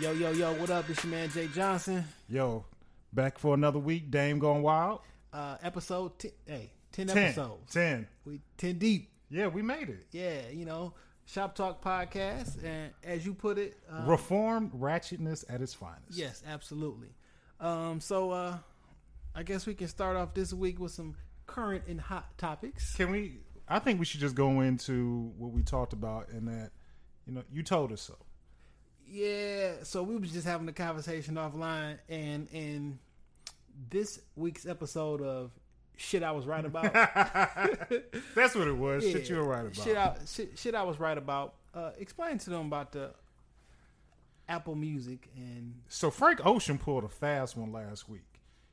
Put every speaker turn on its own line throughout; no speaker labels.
Yo, yo, yo, what up? It's your man Jay Johnson.
Yo, back for another week. Dame going wild.
Uh episode ten hey, ten,
Ten.
episodes.
Ten.
We ten deep.
Yeah, we made it.
Yeah, you know. Shop Talk Podcast. And as you put it, uh,
Reformed ratchetness at its finest.
yes, absolutely. Um, so uh I guess we can start off this week with some current and hot topics.
Can we? I think we should just go into what we talked about and that, you know, you told us so.
Yeah, so we was just having a conversation offline and in this week's episode of Shit I Was Right About
That's what it was. Shit,
Yeah.
you were right about.
Shit I, shit, shit I was right about. Uh, explain to them about the Apple Music and
So Frank Ocean pulled a fast one last week.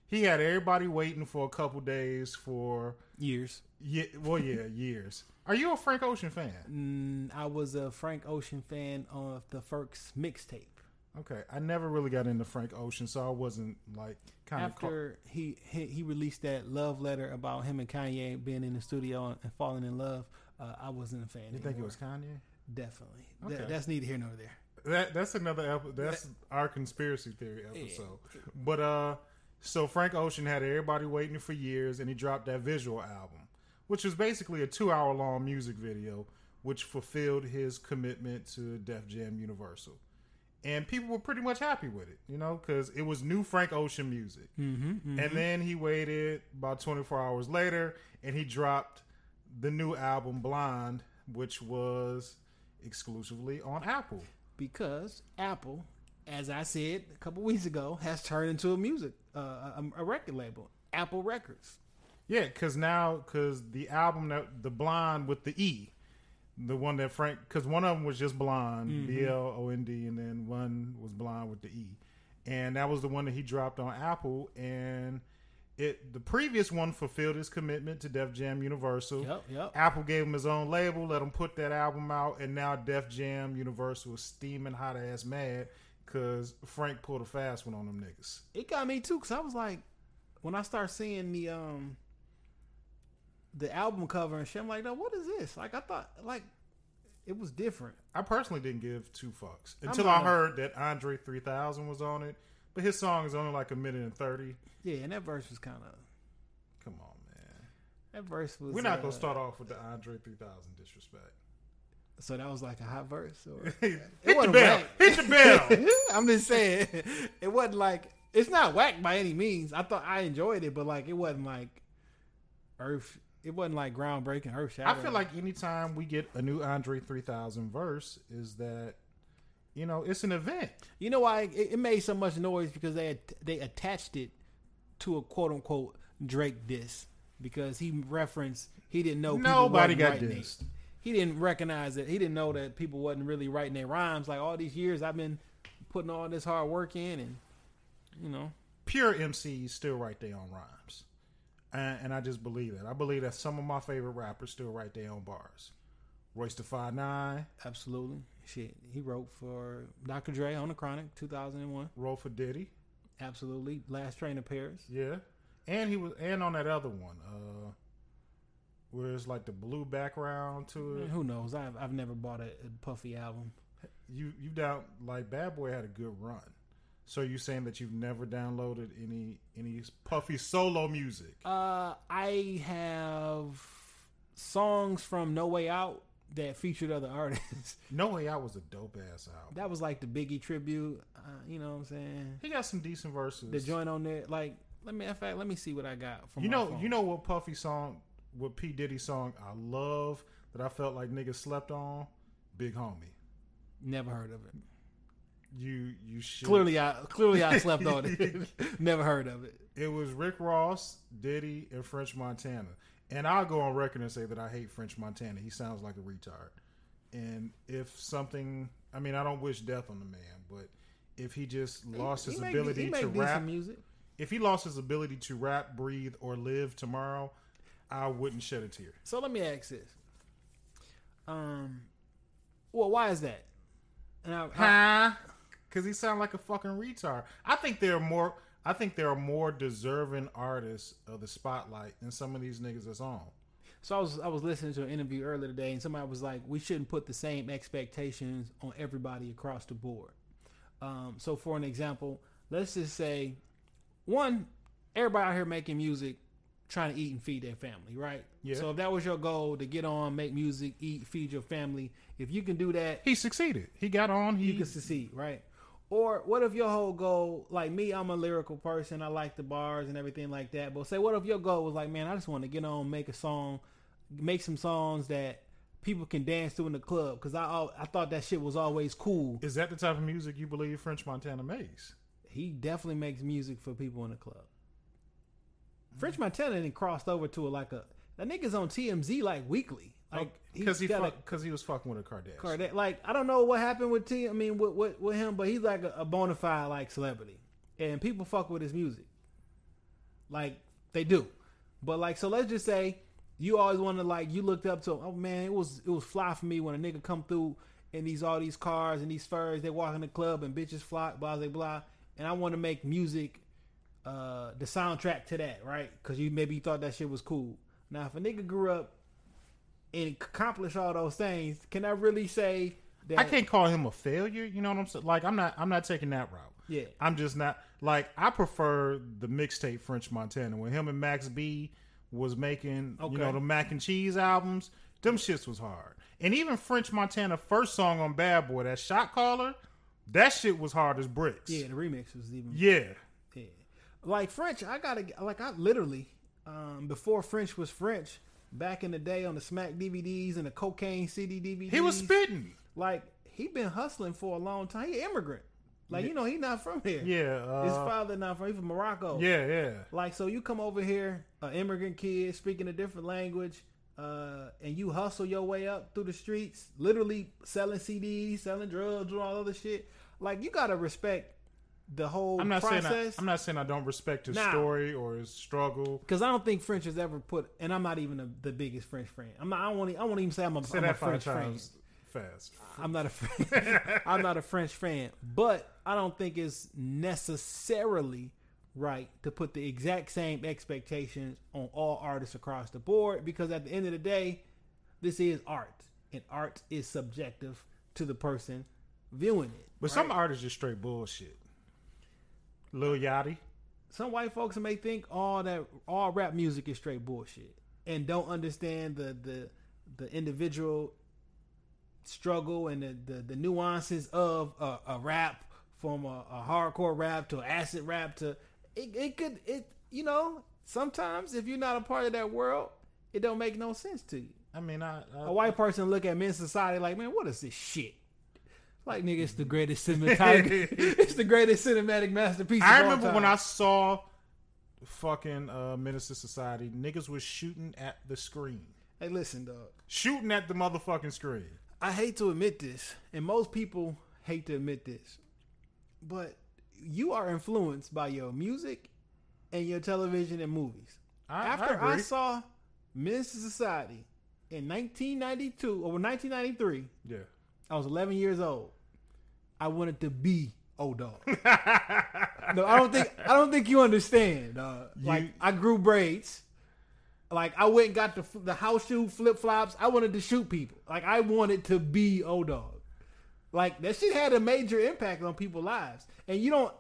He had everybody waiting for a couple days for,
years.
yeah, well, yeah, years. Are you a Frank Ocean fan?
Mm, I was a Frank Ocean fan of the Firks mixtape.
Okay, I never really got into Frank Ocean, so I wasn't like kind of.
After he, he he released that love letter about him and Kanye being in the studio and, and falling in love, uh, I wasn't a fan.
You think it was Kanye?
definitely?
Okay.
That, that's neither here nor there.
That that's another episode. That's our conspiracy theory episode. But uh, so Frank Ocean had everybody waiting for years, and he dropped that visual album, which was basically a two-hour-long music video, which fulfilled his commitment to Def Jam Universal, and people were pretty much happy with it, you know, because it was new Frank Ocean music. And then he waited about 24 hours later, and he dropped the new album Blonde, which was exclusively on Apple.
because Apple, as I said a couple weeks ago, has turned into a music uh, a, a record label, Apple Records.
Yeah, because now, because the album that the blonde with the E, the one that Frank, because one of them was just blonde, B L O N D, and then one was blonde with the E, and that was the one that he dropped on Apple, and it the previous one fulfilled his commitment to Def Jam Universal.
Yep, yep.
Apple gave him his own label, let him put that album out, and now Def Jam Universal is steaming hot ass mad because Frank pulled a fast one on them niggas.
It got me too because I was like, when I start seeing the um the album cover and shit, I'm like, no, what is this? Like I thought, like it was different.
I personally didn't give two fucks until
not
I
a-
heard that Andre 3000 was on it, but his song is only like a minute and 30.
Yeah, and that verse was kind of
Come on, man.
that verse was.
We're not going
uh,
to start off with the Andre 3000 disrespect.
So that was like a hot verse. Or,
Hit the
wasn't
bell.
whack.
Hit the bell.
I'm just saying, it wasn't like it's not whack by any means. I thought I enjoyed it, but like it wasn't like earth. It wasn't like groundbreaking earth
I
shattering.
feel like anytime we get a new Andre 3000 verse, is that, you know, it's an event.
you know why it, it made so much noise because they had, they attached it to a quote unquote Drake diss because he referenced he didn't know Oh, people
Nobody
wasn't
got
writing
dissed.
it. He didn't recognize it. He didn't know that people wasn't really writing their rhymes. Like all these years, I've been putting all this hard work in, and you know,
pure MCs still write their own rhymes, and, and I just believe that. I believe that some of my favorite rappers still write their own bars. Royce the Five Nine,
Absolutely. Shit. He wrote for Dr. Dre on the Chronic 2001.
Roll for Diddy,
Absolutely. Last Train to Paris.
yeah, and he was and on that other one, uh, where it's like the blue background to it.
Man, who knows? I've, I've never bought a, a Puffy album.
You you down like Bad Boy had a good run. So you saying that you've never downloaded any any puffy solo music?
Uh, I have songs from No Way Out that featured other artists.
No Way Out was a dope ass album.
that was like the Biggie tribute. Uh, you know what I'm saying?
He got some decent verses.
The joint on there. Like, let me, in fact, let me see what I got from
You
my
know,
phone.
you know what Puffy song, what P Diddy song I love that I felt like niggas slept on. Big homie,
Never heard of it.
you you should.
Clearly, I clearly I slept on it. Never heard of it.
it was Rick Ross, Diddy, and French Montana. And I'll go on record and say that I hate French Montana. He sounds like a retard. And if something, I mean, I don't wish death on the man, but if he just lost
He
his
make-
ability
he
to
make decent
rap,
music.
if he lost his ability to rap, breathe, or live tomorrow, I wouldn't shed a tear.
So let me ask this. Um, well, why is that? And I, I-
Huh? Because he sound like a fucking retard. I think there are more. I think there are more deserving artists of the spotlight than some of these niggas that's on.
so I was I was listening to an interview earlier today, and somebody was like, "We shouldn't put the same expectations on everybody across the board." Um, so for an example, let's just say one, everybody out here making music, trying to eat and feed their family, right?
Yeah.
So if that was your goal to get on, make music, eat, feed your family, if you can do that,
He succeeded. He got on. He
you can succeed, right? Or what if your whole goal, like me, I'm a lyrical person. I like the bars and everything like that. But say, what if your goal was like, man, I just want to get on, make a song, make some songs that people can dance to in the club? Because I al- I thought that shit was always cool.
is that the type of music you believe French Montana makes?
He definitely makes music for people in the club. French Montana then crossed over to like a that nigga's on TMZ like weekly, like
because Oh, he
he's got a-
because he was fucking with a Kardashian.
Kardashian. Like I don't know what happened with T. I mean, with with, with him, but he's like a, a bona fide like celebrity, and people fuck with his music. Like they do, but like so, let's just say you always want to like you looked up to. Oh man, it was it was fly for me when a nigga come through in these all these cars and these furs. They walk in the club and bitches flock, blah blah blah. And I want to make music, uh, the soundtrack to that, right? Because you maybe you thought that shit was cool. Now, if a nigga grew up and accomplish all those things, can I really say that?
I can't call him a failure. You know what I'm saying? Like I'm not I'm not taking that route.
Yeah.
I'm just not like I prefer the mixtape French Montana when him and Max B was making
Okay.
you know the mac and cheese albums. Them shits was hard. And even French Montana first song on Bad Boy, that shot caller, that shit was hard as bricks.
Yeah, the remix was even.
Yeah.
Yeah. Like French, I gotta like I literally um, before French was French. Back in the day on the Smack DVDs and the Cocaine CD DVDs,
He was spitting.
like he been hustling for a long time. He immigrant, like you know he not from here.
Yeah. Uh,
his father not from he from Morocco.
yeah, yeah.
Like, so you come over here, an immigrant kid speaking a different language, uh, and you hustle your way up through the streets, literally selling CDs, selling drugs, doing all other shit. Like, you gotta respect the whole
I'm not saying
process.
I, I'm not saying I don't respect his
Nah.
story or his struggle.
because I don't think French has ever put, and I'm not even a, the biggest French fan. I'm not. I don't want. I won't even say I'm a,
Say
I'm a
that five
French fan.
times fast.
I'm not a French, I'm not a French fan, but I don't think it's necessarily right to put the exact same expectations on all artists across the board because at the end of the day, this is art, and art is subjective to the person viewing it.
But some artists just straight bullshit. Lil Yachty.
Some white folks may think all that all rap music is straight bullshit and don't understand the the the individual struggle and the, the, the nuances of a, a rap from a, a hardcore rap to acid rap to it, it could it you know sometimes if you're not a part of that world it don't make no sense to you
I mean, I, I
a white person look at men's society like man what is this shit like nigga it's the greatest cinematography it's the greatest cinematic masterpiece
I
of all
remember when
time.
I saw fucking uh, Minister Society, niggas was shooting at the screen,
hey listen dog
shooting at the motherfucking screen.
I hate to admit this, and most people hate to admit this, but you are influenced by your music and your television and movies.
I,
After
I,
I,
agree.
saw Men's to Society in 1992 or 1993,
yeah,
I was 11 years old. I wanted to be old dog. no, I don't think I don't think you understand. Uh, like
You-
I grew braids. Like I went and got the the house shoe flip flops. I wanted to shoot people. Like I wanted to be old dog. Like that shit had a major impact on people's lives, and you don't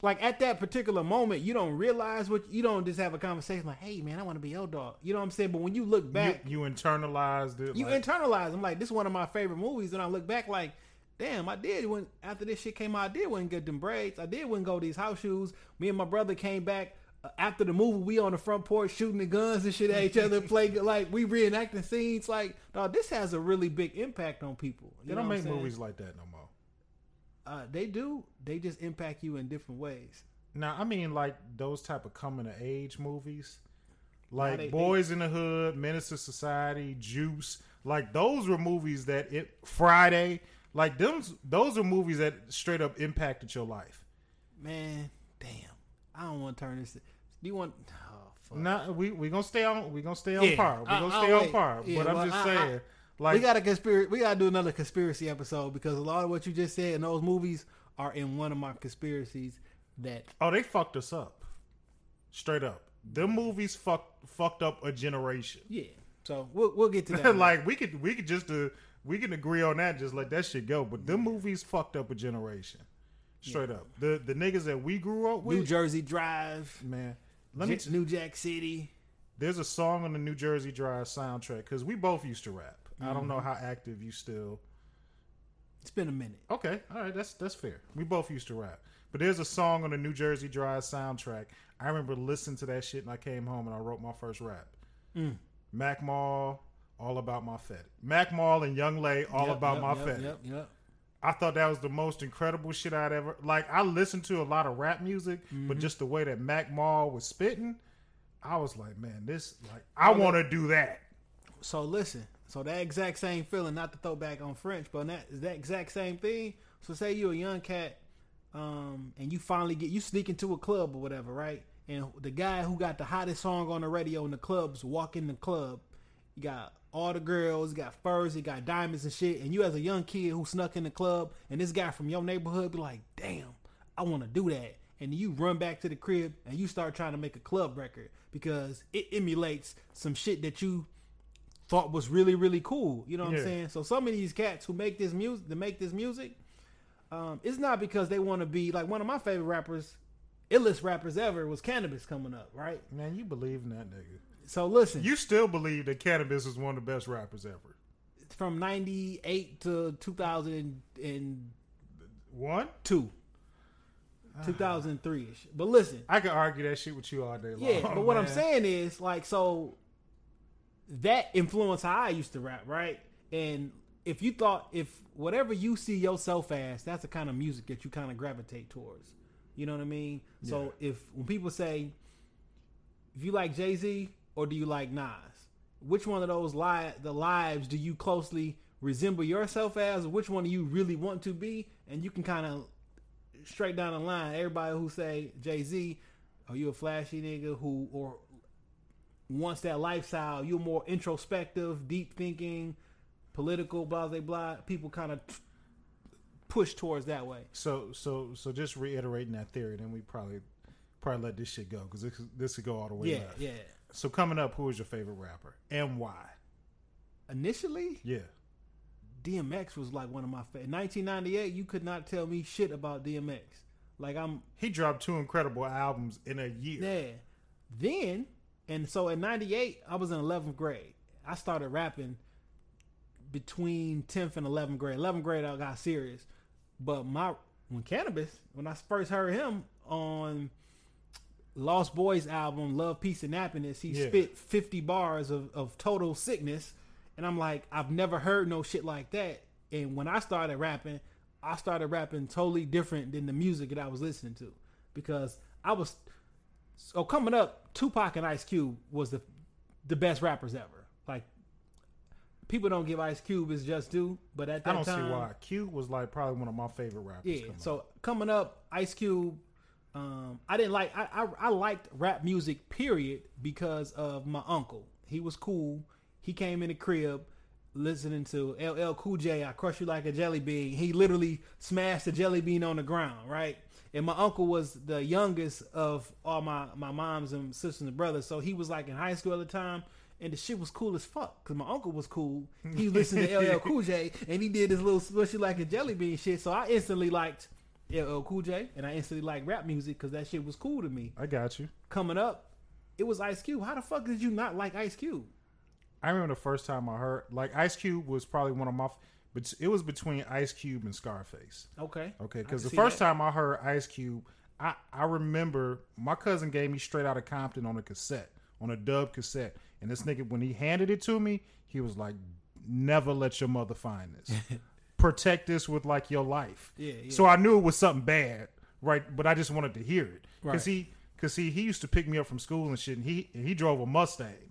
like at that particular moment you don't realize what you don't just have a conversation like, hey man, I want to be old dog. You know what I'm saying? But when you look
you,
back,
you internalized it.
you
like,
internalize. I'm like, this is one of my favorite movies, and I look back like, damn, I did when after this shit came out, I did wouldn't get them braids. I did wouldn't go to these house shoes. Me and my brother came back uh, after the movie. We on the front porch shooting the guns and shit at each other. Play like we reenacting scenes. Like, dog, this has a really big impact on people. You
they
know
don't
what I'm
make
saying?
movies like that no more.
Uh, they do. They just impact you in different ways.
Now, I mean, like those type of coming of age movies, like
they-
Boys in the Hood, Menace to Society, Juice. Like those were movies that it Friday. Like them, those are movies that straight up impacted your life.
Man, damn, I don't want to turn this. Do you want? Oh, fuck.
Nah, we we gonna stay on. We gonna stay on
Yeah.
par. We
I-
gonna
I'll
stay on
wait.
par.
Yeah,
but I'm
well,
just
I-
saying,
I-
like,
we got a conspiracy. We got to do another conspiracy episode because a lot of what you just said in those movies are in one of my conspiracies. That
oh, they fucked us up, straight up. Them movies fucked fucked up a generation.
yeah. So we'll we'll get to that.
like we could we could just uh, we can agree on that. Just let that shit go. But them movies fucked up a generation. Straight up. The the niggas that we grew up
New
with,
Jersey Drive,
man. Let me
J- New Jack City.
there's a song on the New Jersey Drive soundtrack because we both used to rap. I don't
Mm-hmm.
know how active you still.
It's been a minute.
Okay, all right, that's that's fair. We both used to rap, but there's a song on the New Jersey Drive soundtrack. I remember listening to that shit, and I came home and I wrote my first rap.
Mm.
Mac Mall, all about my fed. Mac Mall and Young Lay, all
Yep,
about
yep,
my
yep,
fed.
Yep, yep.
I thought that was the most incredible shit I'd ever like. I listened to a lot of rap music, but just the way that Mac Mall was spitting, I was like, man, this like I want to do that.
So listen, so that exact same feeling, not to throw back on French, but that is that exact same thing. So say you're a young cat, um, and you finally get you sneak into a club or whatever, right? And the guy who got the hottest song on the radio in the clubs walk in the club. You got all the girls, you got furs, you got diamonds and shit. And you as a young kid who snuck in the club, and this guy from your neighborhood be like, "Damn, I want to do that." And you run back to the crib and you start trying to make a club record because it emulates some shit that you thought was really really cool. You know what
Yeah.
I'm saying? So some of these cats who make this music, to make this music, um, it's not because they want to be like one of my favorite rappers, illest rappers ever was Cannabis coming up, right?
Man, you believe in that nigga.
So listen,
You still believe that Cannabis is one of the best rappers ever.
from '98 to 2002,
One?
2003 ish. But listen,
I could argue that shit with you all day long.
Yeah, but what I'm
man.
saying is like so that influenced how I used to rap, right? And if you thought if whatever you see yourself as, that's the kind of music that you kind of gravitate towards. You know what I mean? So if when people say if you like Jay Z or do you like Nas, which one of those li- the lives do you closely resemble yourself as? Which one do you really want to be? And you can kind of straight down the line, everybody who say Jay Z, are you a flashy nigga who or wants that lifestyle? You're more introspective, deep thinking, political, blah blah blah. People kind of push towards that way.
So so so just reiterating that theory, then we probably probably let this shit go because this this could go all the way
Yeah,
left.
yeah.
So coming up, who is your favorite rapper and why?
Initially,
Yeah.
DMX was like one of my favorite. 1998, you could not tell me shit about DMX. Like I'm
He dropped two incredible albums in a year.
Yeah. Then, and so in 98, I was in 11th grade. I started rapping between 10th and 11th grade. 11th grade, I got serious. But my, when Cannabis, when I first heard him on Lost Boys album, Love, Peace, and Happiness, he
Yeah.
spit 50 bars of, of total sickness. And I'm like, I've never heard no shit like that. And when I started rapping, I started rapping totally different than the music that I was listening to because I was so coming up, Tupac and Ice Cube was the the best rappers ever. Like people don't give Ice Cube his just due, but at that
I don't
time,
see why. Q was like probably one of my favorite rappers.
yeah.
coming
so
up.
coming up, Ice Cube. Um, I didn't like. I, I I liked rap music period because of my uncle. He was cool. He came in the crib listening to LL Cool J. I crush you like a jelly bean. He literally smashed a jelly bean on the ground, right? And my uncle was the youngest of all my my moms and sisters and brothers, so he was like in high school at the time. And the shit was cool as fuck because my uncle was cool. He listened to LL Cool J and he did this little smushy like a jelly bean shit. So I instantly liked LL Cool J and I instantly liked rap music because that shit was cool to me.
I got you.
Coming up, it was Ice Cube. How the fuck did you not like Ice Cube?
I remember the first time I heard like Ice Cube was probably one of my, f- but it was between Ice Cube and Scarface.
Okay.
Okay,
I
because
can
the
see
first
that.
time I heard Ice Cube, I I remember my cousin gave me straight out of Compton on a cassette, on a dub cassette, and this nigga when he handed it to me, he was like, "Never let your mother find this. Protect this with like your life."
Yeah, yeah.
So I knew it was something bad, right? But I just wanted to hear it
Right.
because he because he he used to pick me up from school and shit, and he and he drove a Mustang,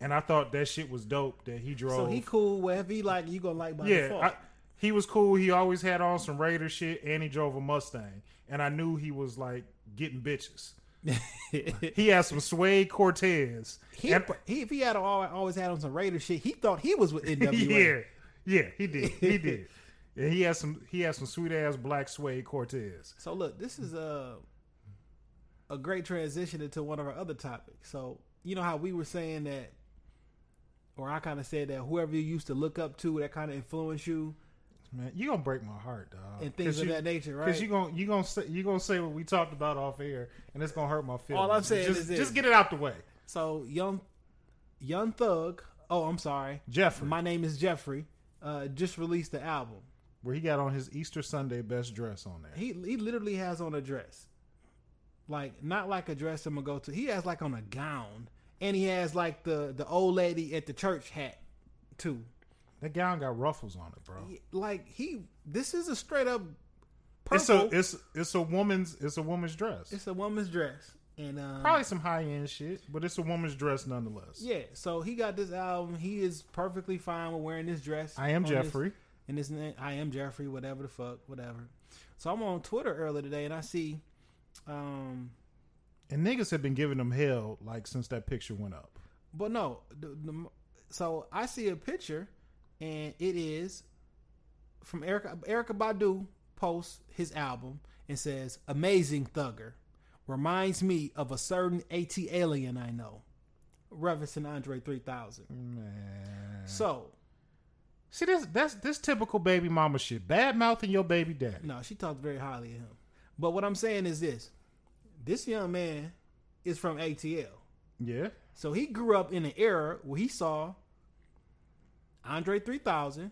and I thought that shit was dope that he drove.
So he cool. Whatever he like, you gonna like by
Yeah,
default.
I, he was cool. He always had on some Raider shit, and he drove a Mustang. And I knew he was like getting bitches. He had some suede Cortez.
he,
And-
he if he had all, always had on some Raider shit, he thought he was with NWA.
yeah, yeah, he did. He did. And he had some. He had some sweet ass black suede Cortez.
So look, this is a a great transition into one of our other topics. So you know how we were saying that, or I kind of said that whoever you used to look up to that kind of influenced you.
Man, you gonna break my heart, dog.
and things of that nature, right?
Because you gonna you gonna say, you gonna say what we talked about off air, and it's gonna hurt my feelings.
All I'm saying
just,
is this.
just get it out the way,
so young, young thug. Oh, I'm sorry.
Jeffrey.
My name is Jeffrey. Uh, just released the album.
where he got on his Easter Sunday best dress on there.
He he literally has on a dress, like not like a dress I'm gonna go to. He has like on a gown, and he has like the the old lady at the church hat too.
That gown got ruffles on it, bro.
Like he, this is a straight up
It's a
purple. It's a,
it's it's a woman's it's a woman's dress.
woman's dress, and um,
Probably some high end shit, but it's a woman's dress nonetheless.
yeah. So he got this album. He is perfectly fine with wearing this dress.
I am
on this-
Jeffrey.
and his name I am Jeffrey, whatever the fuck, whatever. So I'm on Twitter earlier today, and I see, um,
And niggas have been giving him hell like since that picture went up.
but no, the, the, so I see a picture, and it is from Erica Erica Badu posts his album and says, "Amazing Thugger." Reminds me of a certain AT alien I know, referencing Andre 3000.
Man.
So,
See this that's this typical baby mama shit. Bad mouthing your baby daddy.
No, she talked very highly of him. But what I'm saying is this: this young man is from ATL,
Yeah.
so he grew up in an era where he saw Andre 3000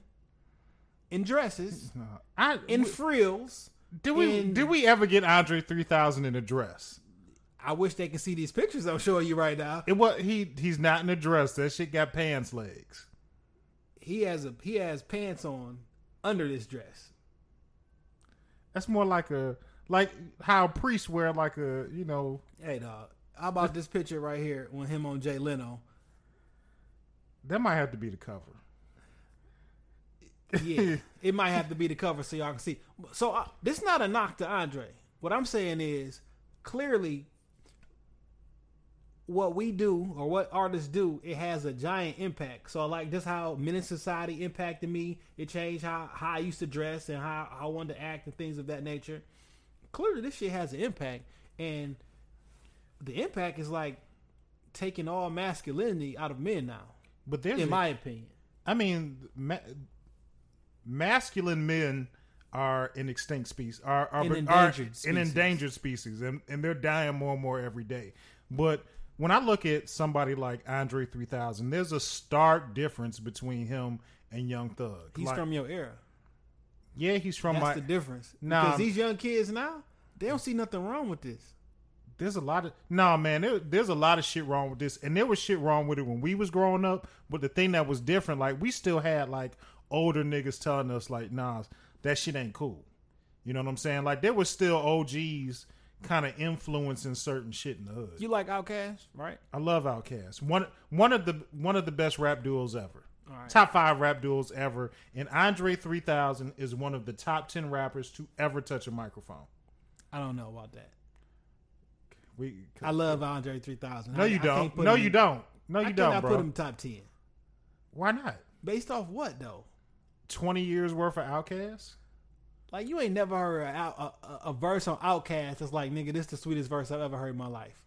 in dresses,
No. I
in
w-
frills.
did we
in-
did we ever get Andre three thousand in a dress?
I wish they could see these pictures I'm showing you right now.
It was he he's not in a dress. That shit got pants legs.
He has a he has pants on under this dress.
That's more like a like how priests wear like a you know
Hey dog, how about this picture right here with him on Jay Leno?
that might have to be the cover.
Yeah, it might have to be the cover so y'all can see. So uh, this not a knock to Andre. What I'm saying is clearly what we do or what artists do, it has a giant impact. So like just how Men in Society impacted me, it changed how, how I used to dress and how I wanted to act and things of that nature. Clearly this shit has an impact and the impact is like taking all masculinity out of men now,
But there's
in
a-
my opinion.
I mean, ma- masculine men are an extinct species, are, are,
An
are
endangered
an
species.
endangered species, and, and they're dying more and more every day. But when I look at somebody like Andre 3000, there's a stark difference between him and Young Thug.
He's
Like,
from your era.
yeah, he's from
That's
my.
the difference.
Nah,
because
I'm-
these young kids now, they don't see nothing wrong with this.
there's a lot of nah, man. There, there's a lot of shit wrong with this, and there was shit wrong with it when we was growing up. But the thing that was different, like we still had like older niggas telling us like, nah, that shit ain't cool. You know what I'm saying? Like there was still OGs kind of influencing certain shit in the hood.
You like Outkast, right?
I love Outkast. One one of the one of the best rap duos ever.
All right.
Top five rap duels ever, and Andre 3000 is one of the top ten rappers to ever touch a microphone.
I don't know about that.
We
I love Andre 3000.
no,
I-
you
I can't
don't.
put
No,
him
you
in-
don't. No, you
I
don't,
cannot
bro.
put him top ten.
Why not?
Based off what though?
20 years worth of outcasts?
Like you ain't never heard a, a, a, a verse on Outkast that's like, nigga, this the sweetest verse I've ever heard in my life.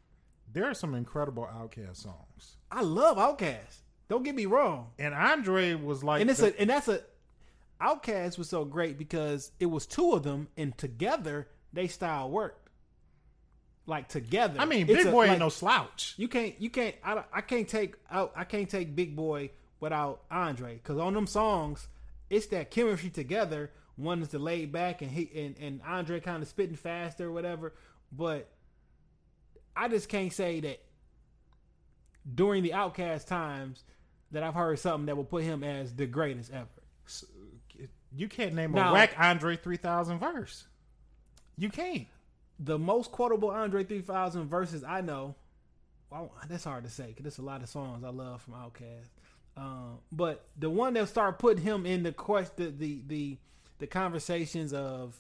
There are some incredible outcast songs.
I love Outkast. Don't get me wrong.
And Andre was like
And it's
the-
a and that's a Outkast was so great because it was two of them and together they style worked. Like together.
I mean,
It's
Big
a-
Boy
like-
ain't no slouch.
You can't. You can't. I, don't- I can't take out. I can't take Big Boy without Andre. Cause on them songs, it's that chemistry together. One is the laid back and he and, and Andre kind of spitting faster or whatever. But I just can't say that during the Outcast times that I've heard something that will put him as the greatest ever.
S- You can't name a
Now-
whack Andre 3000 verse. You can't.
The most quotable Andre 3000 verses I know. Well, that's hard to say because there's a lot of songs I love from Outkast. Um, but the one that started putting him in the quest, the, the the the conversations of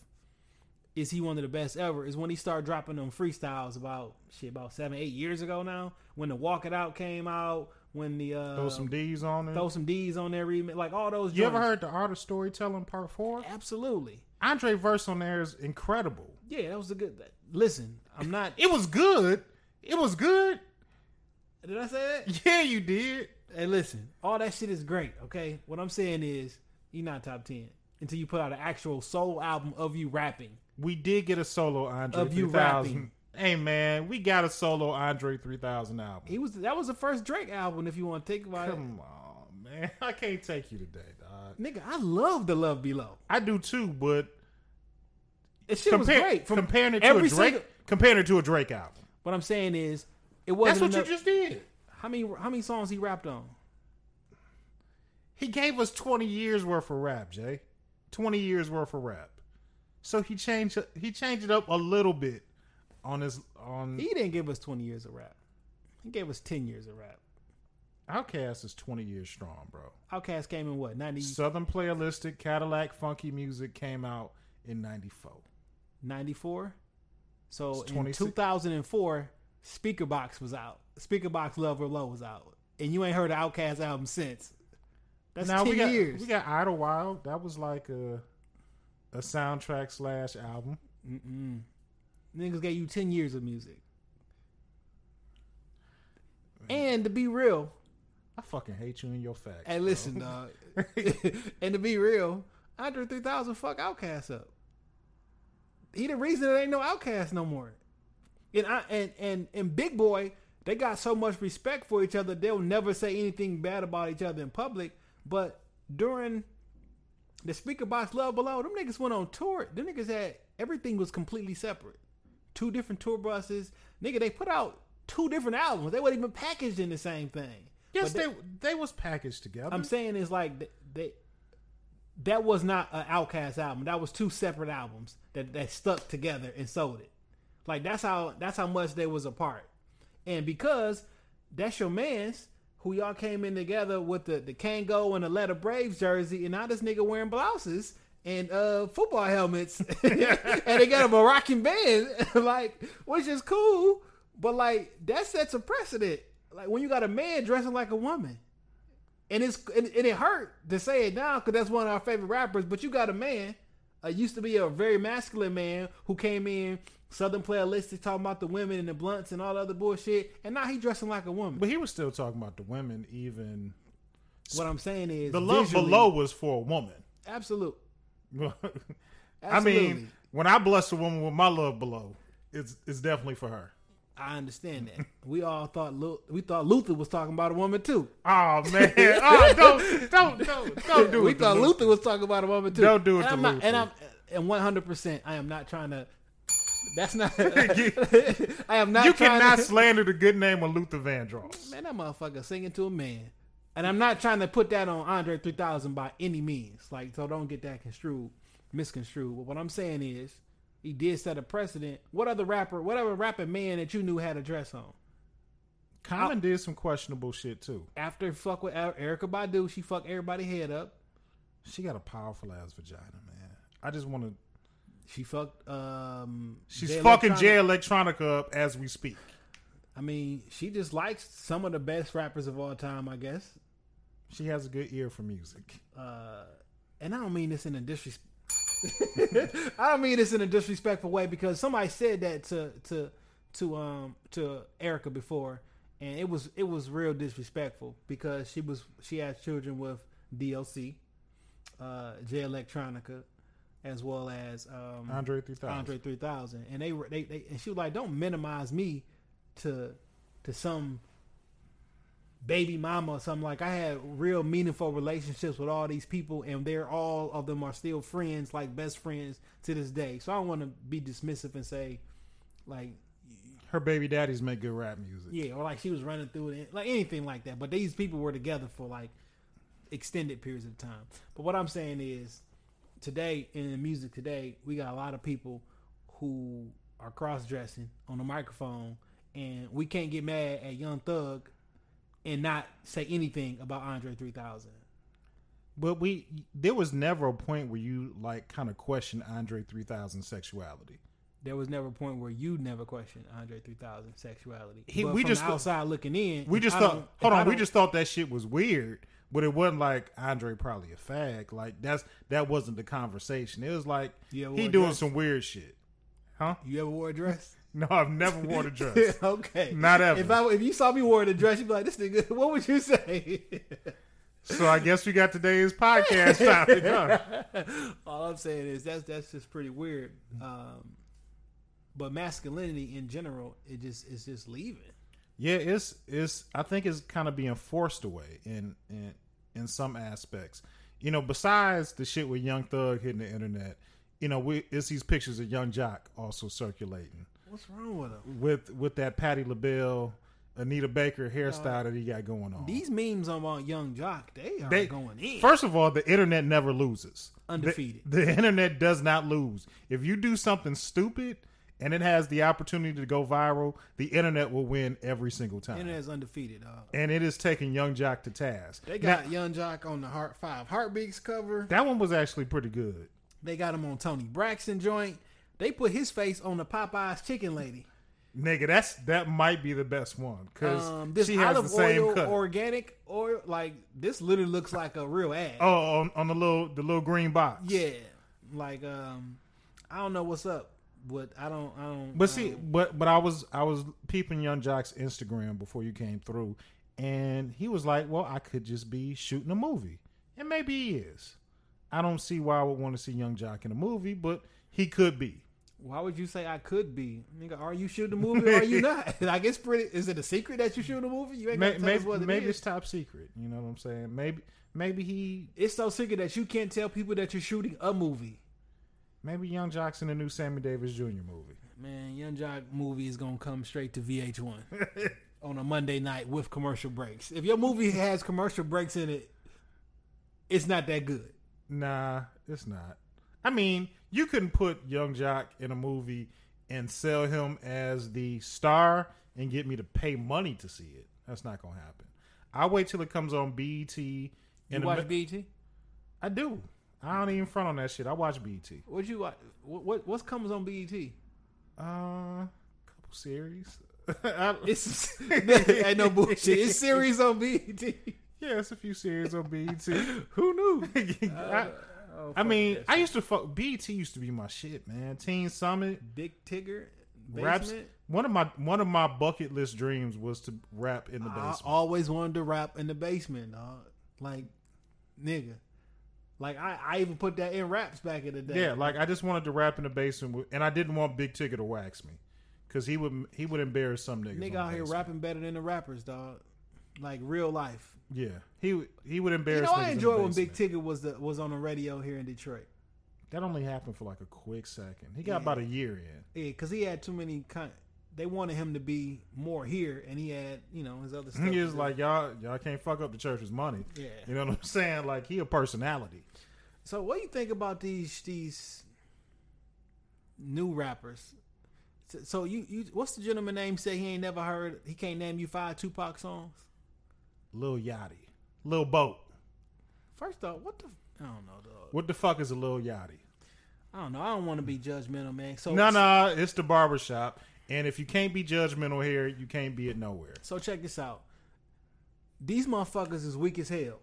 is he one of the best ever is when he started dropping them freestyles about shit about seven eight years ago now when the Walk It Out came out when the uh,
Throw some D's on it.
throw some D's on there remix like all those.
you ever
joints.
heard the Art of Storytelling Part 4?
Absolutely,
Andre verse on there is incredible.
yeah, that was a good. Listen, I'm not.
It was good. It was good.
Did I say that?
Yeah, you did.
Hey, listen, all that shit is great, okay? What I'm saying is, you're not top 10. until you put out an actual soul album of you rapping.
We did get a solo Andre
Of you
3000.
rapping.
Hey man, we got a solo Andre 3000 album.
He was that was the first Drake album. If you want to think about
Come on, man. I can't take you today, dog.
it, nigga, I love the Love Below.
I do too, but
It shit
compare,
was great. From
comparing it to
every
a Drake,
single-
comparing it to a Drake album.
what I'm saying is, it
That's
wasn't.
what you
enough-
just did.
how many how many songs he rapped on?
He gave us 20 years worth of rap, Jay. 20 years worth of rap. So he changed he changed it up a little bit on his on
He didn't give us 20 years of rap. He gave us 10 years of rap.
Outcast is 20 years strong, bro.
Outkast came in what 90,
Southern Playalistic Cadillac Funky Music came out in 94.
94? So
It's
in
26.
2004, Speaker Box was out. Speaker Box Love Below was out, and you ain't heard an Outkast album since. That's
now
10
we got
years.
we got Idlewild. That was like a a soundtrack slash album.
Mm-mm. Niggas gave you 10 years of music.
Mm.
And to be real,
I fucking hate you and your facts.
hey,
bro.
listen, dog. and to be real, Andre 3000 fuck Outcast up. He the reason there ain't no Outcast no more. And I and and and Big Boy, they got so much respect for each other. They'll never say anything bad about each other in public. But during the speaker box love below, them niggas went on tour. Them niggas had everything was completely separate. Two different tour buses. Nigga, they put out two different albums. They weren't even packaged in the same thing.
yes,
But
they, they was packaged together.
I'm saying is like th- they that was not an Outcast album. That was two separate albums that that stuck together and sold it. Like that's how that's how much they was apart. And because that's your man's who y'all came in together with the the Kango and the Letter Braves jersey, and now this nigga wearing blouses and uh football helmets, and they got a Moroccan band, like which is cool, but like that sets a precedent. Like when you got a man dressing like a woman and it's and, and it hurt to say it now because that's one of our favorite rappers. But you got a man, uh, used to be a very masculine man who came in Southern playalistic talking about the women and the blunts and all the other bullshit, and now he dressing like a woman.
but he was still talking about the women. Even
What I'm saying is
the love
visually-
below was for a woman.
absolute.
I
Absolutely.
mean, when I bless a woman with my love below, it's it's definitely for her.
I understand that. we all thought Lu- we thought Luther was talking about a woman too.
Oh man! Oh, don't don't don't don't do
we
it. to
thought
Luther.
Luther was talking about a woman too.
Don't do it
And
to
I'm not, and I'm
Luther.
and 100. percent I am not trying to. That's not. I am not.
You
trying
cannot
to,
slander the good name of Luther Vandross.
Man, that motherfucker singing to a man. And I'm not trying to put that on Andre 3000 by any means. Like, so don't get that construed, misconstrued. But what I'm saying is, he did set a precedent. What other rapper, whatever rapper man that you knew had a dress on?
Common did some questionable shit too.
After fuck with Er- Erica Badu, she fucked everybody head up.
She got a powerful ass vagina, man. I just want to.
She fucked. um
She's
Jay
fucking
Electronica.
Jay Electronica up as we speak.
I mean, she just likes some of the best rappers of all time, I guess.
She has a good ear for music.
uh, and I don't mean this in a disrespect. I don't mean this in a disrespectful way because somebody said that to to to um to Erica before, and it was it was real disrespectful because she was she had children with DLC, uh, J Electronica, as well as um,
Mm. Andre 3000.
Andre 3000, and they were they, they and she was like, "Don't minimize me to to some baby mama or something." Like I had real meaningful relationships with all these people, and they're all of them are still friends, like best friends to this day. So I don't want to be dismissive and say, like,
Her baby daddies make good rap music.
yeah, or like she was running through it, like anything like that. But these people were together for like extended periods of time. But what I'm saying is, today in music today, we got a lot of people who are cross dressing on the microphone, and we can't get mad at Young Thug and not say anything about Andre 3000.
But we there was never a point where you like kind of question Andre 3000 sexuality.
There was never a point where you never questioned Andre 3000 sexuality.
He-
but
we
from
just
the
thought-
outside looking in.
We
if
just
I don't-
thought,
if
hold
I
on, we
don't-
just thought that shit was weird, but it wasn't like Andre probably a fag. Like that's that wasn't the conversation. It was like
You ever
he
wore a
doing
dress?
some weird shit, huh?
You ever wore a dress?
No, I've never worn a dress.
okay.
Not ever.
If I if you saw me wearing a dress, you'd be like, "This nigga." What would you say?
So I guess we got today's podcast topic. huh?
All I'm saying is that's that's just pretty weird. Um, but masculinity in general, it just it's just leaving.
Yeah, it's it's. I think it's kind of being forced away in in in some aspects. You know, besides the shit with Young Thug hitting the internet, you know, we it's these pictures of Young Jock also circulating
What's wrong with them?
with with that Patty LaBelle, Anita Baker hairstyle that he got going on.
These memes about Young Jock, they are
They-
going in
First of all, the internet never loses.
undefeated.
The, the internet does not lose. If you do something stupid and it has the opportunity to go viral, the internet will win every single time.
Internet's undefeated. Dog.
And it is taking Young Jock to task.
They
Now,
got Young Jock on the Heart Five Heartbeats cover.
that one was actually pretty good.
They got him on Tony Braxton joint. They put his face on the Popeyes chicken lady.
Nigga, that's that might be the best one because
Um, this
she has the
olive
same
oil
cut.
organic oil, like this, literally looks like a real ad.
oh, on, on the little the little green box.
Yeah, like um, I don't know what's up, but I don't, I don't. um,
But
I
see,
don't-
but but I was I was peeping Young Jock's Instagram before you came through, and he was like, "Well, I could just be shooting a movie, and maybe he is. I don't see why I would want to see Young Jock in a movie, but he could be.
why would you say I could be, nigga? Are you shooting a movie? or Are you not? like it's pretty. Is it a secret that you shooting a movie? You ain't gonna
Maybe
tell us
maybe,
what it
maybe
is.
it's top secret. You know what I'm saying? Maybe maybe he
It's so secret that you can't tell people that you're shooting a movie.
maybe Young Jock's in the new Sammy Davis Jr. movie.
Man, Young Jock movie is gonna come straight to VH1 on a Monday night with commercial breaks. If your movie has commercial breaks in it, it's not that good.
Nah, it's not. I mean, you couldn't put Young Jock in a movie and sell him as the star and get me to pay money to see it. That's not gonna happen. I wait till it comes on BET.
You
And
watch E BT?
I do. I don't even front on that shit. I watch BET.
What you watch? What, what what's comes on E BET?
Uh, couple series. I-
It's ain't no bullshit. It's series on E BET.
yeah, it's a few series on BET.
Who knew?
I, I mean, I used to fuck. BET used to be my shit, man. Teen Summit.
Dick Tigger
raps
basement.
one of my one of my bucket list dreams was to rap in the
I
basement.
always wanted to rap in the basement, dog. Like, nigga. Like I, I even put that in raps back in the day.
yeah, like I just wanted to rap in the basement, with, and I didn't want Big Ticket to wax me because he would he would embarrass some niggas.
Nigga
on
out
the
here
basement.
rapping better than the rappers, dog. Like real life.
Yeah, he would- he would
You
embarrass.
know,
niggas
I
in the
enjoyed when Big
basement.
Tigger was the was on the radio here in Detroit.
That only happened for like a quick second. He got
Yeah.
about a year in.
Yeah, because he had too many kind. They wanted him to be more here, and he had you know his other stuff.
He
to
was
do.
like, y'all y'all can't fuck up the church's money.
yeah.
You know what I'm saying? Like he a personality.
So what do you think about these these new rappers? So- So you you what's the gentleman name? Say he ain't never heard. He can't name you five Tupac songs.
Lil Yachty, Lil Boat.
First off, what the I don't know, dog.
What the fuck is a Lil Yachty?
I don't know. I don't want to be judgmental, man. So
No, no, it's the barbershop. And if you can't be judgmental here, you can't be at nowhere.
So check this out. These motherfuckers is weak as hell.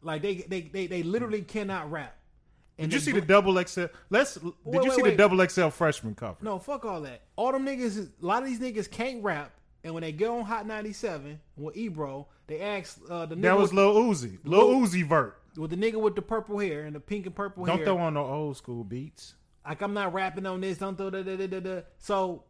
Like they they they, they literally cannot rap. And
Did you
they
see
bl-
the double XL? Let's. Did
Wait,
you
wait,
see the
wait.
double XL freshman cover?
No, fuck all that. All them niggas, is- a lot of these niggas can't rap. And when they get on Hot 97 with Ebro, they ask uh, the
that
nigga with,
was Lil Uzi. Lil
Lil-
Uzi Vert.
with the nigga with the purple hair and the pink and purple
Don't
hair.
throw on no old school beats.
like I'm not rapping on this. Don't throw da da da da da. So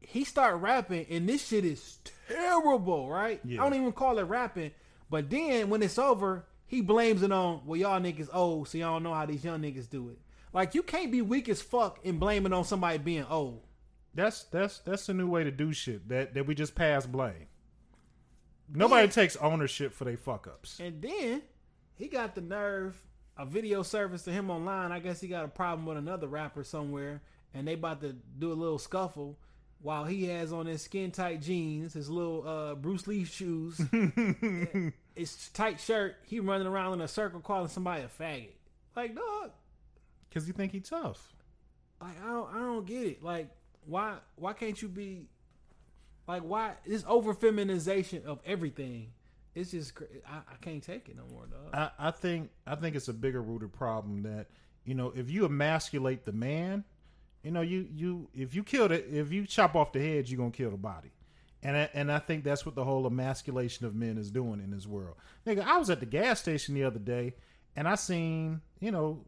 he start rapping, and this shit is terrible, right?
Yeah.
I don't even call it rapping. But then when it's over, he blames it on well, y'all niggas old, so y'all don't know how these young niggas do it. Like you can't be weak as fuck and blame it on somebody being old.
That's that's that's a new way to do shit. That that we just pass blame. Nobody takes ownership for their fuck ups.
And then he got the nerve a video service to him online. I guess he got a problem with another rapper somewhere, and they about to do a little scuffle. While he has on his skin tight jeans, his little uh, Bruce Lee shoes, his tight shirt, he running around in a circle calling somebody a faggot. Like dog,
Cause you think he tough.
like I don't, I don't get it. Like why why can't you be like why this over feminization of everything? It's just cra- I, I can't take it no more, dog.
I, I think I think it's a bigger rooted problem that you know if you emasculate the man, you know you you if you kill the if you chop off the head, you're gonna kill the body, And I, and I think that's what the whole emasculation of men is doing in this world. Nigga, I was at the gas station the other day and I seen, you know,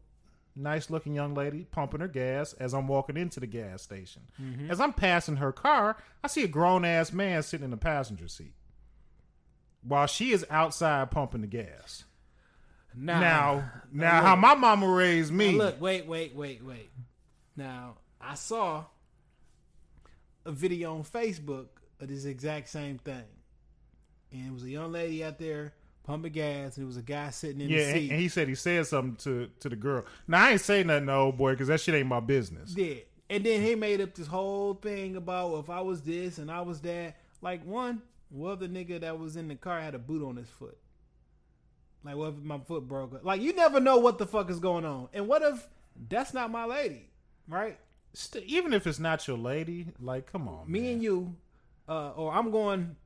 nice looking young lady pumping her gas as I'm walking into the gas station. As I'm passing her car, I see a grown ass man sitting in the passenger seat while she is outside pumping the gas.
Now,
now, now, how my mama raised me.
Now look, wait, wait, wait, wait. Now, I saw a video on Facebook of this exact same thing. And it was a young lady out there pumping gas, and it was a guy sitting in
yeah,
the
and,
seat.
and he said he said something to to the girl. Now I ain't say nothing to old boy because that shit ain't my business.
did. And then he made up this whole thing about well, if I was this and I was that. Like one, well, the nigga that was in the car had a boot on his foot. Like what if my foot broke? Like you never know what the fuck is going on. And what if that's not my lady, right?
St- even if it's not your lady, like come on,
Me
man.
and you, uh, or I'm going.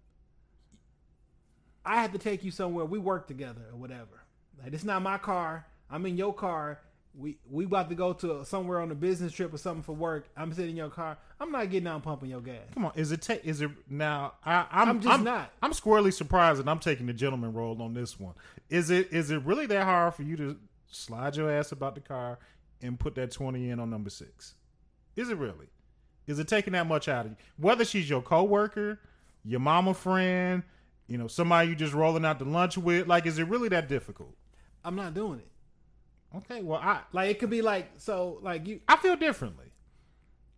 I have to take you somewhere. We work together or whatever. Like it's not my car. I'm in your car. We we about to go to somewhere on a business trip or something for work. I'm sitting in your car. I'm not getting out and pumping your gas.
Come on, is it? Ta- is it now? I, I'm,
I'm just not.
I'm squarely surprised that I'm taking the gentleman role on this one. Is it? Is it really that hard for you to slide your ass about the car and put that twenty in on number six? Is it really? Is it taking that much out of you? Whether she's your coworker, your mama friend, you know, somebody you just rolling out to lunch with, like, is it really that difficult?
I'm not doing it.
Okay, well, I
Like it could be like so like you
I feel differently.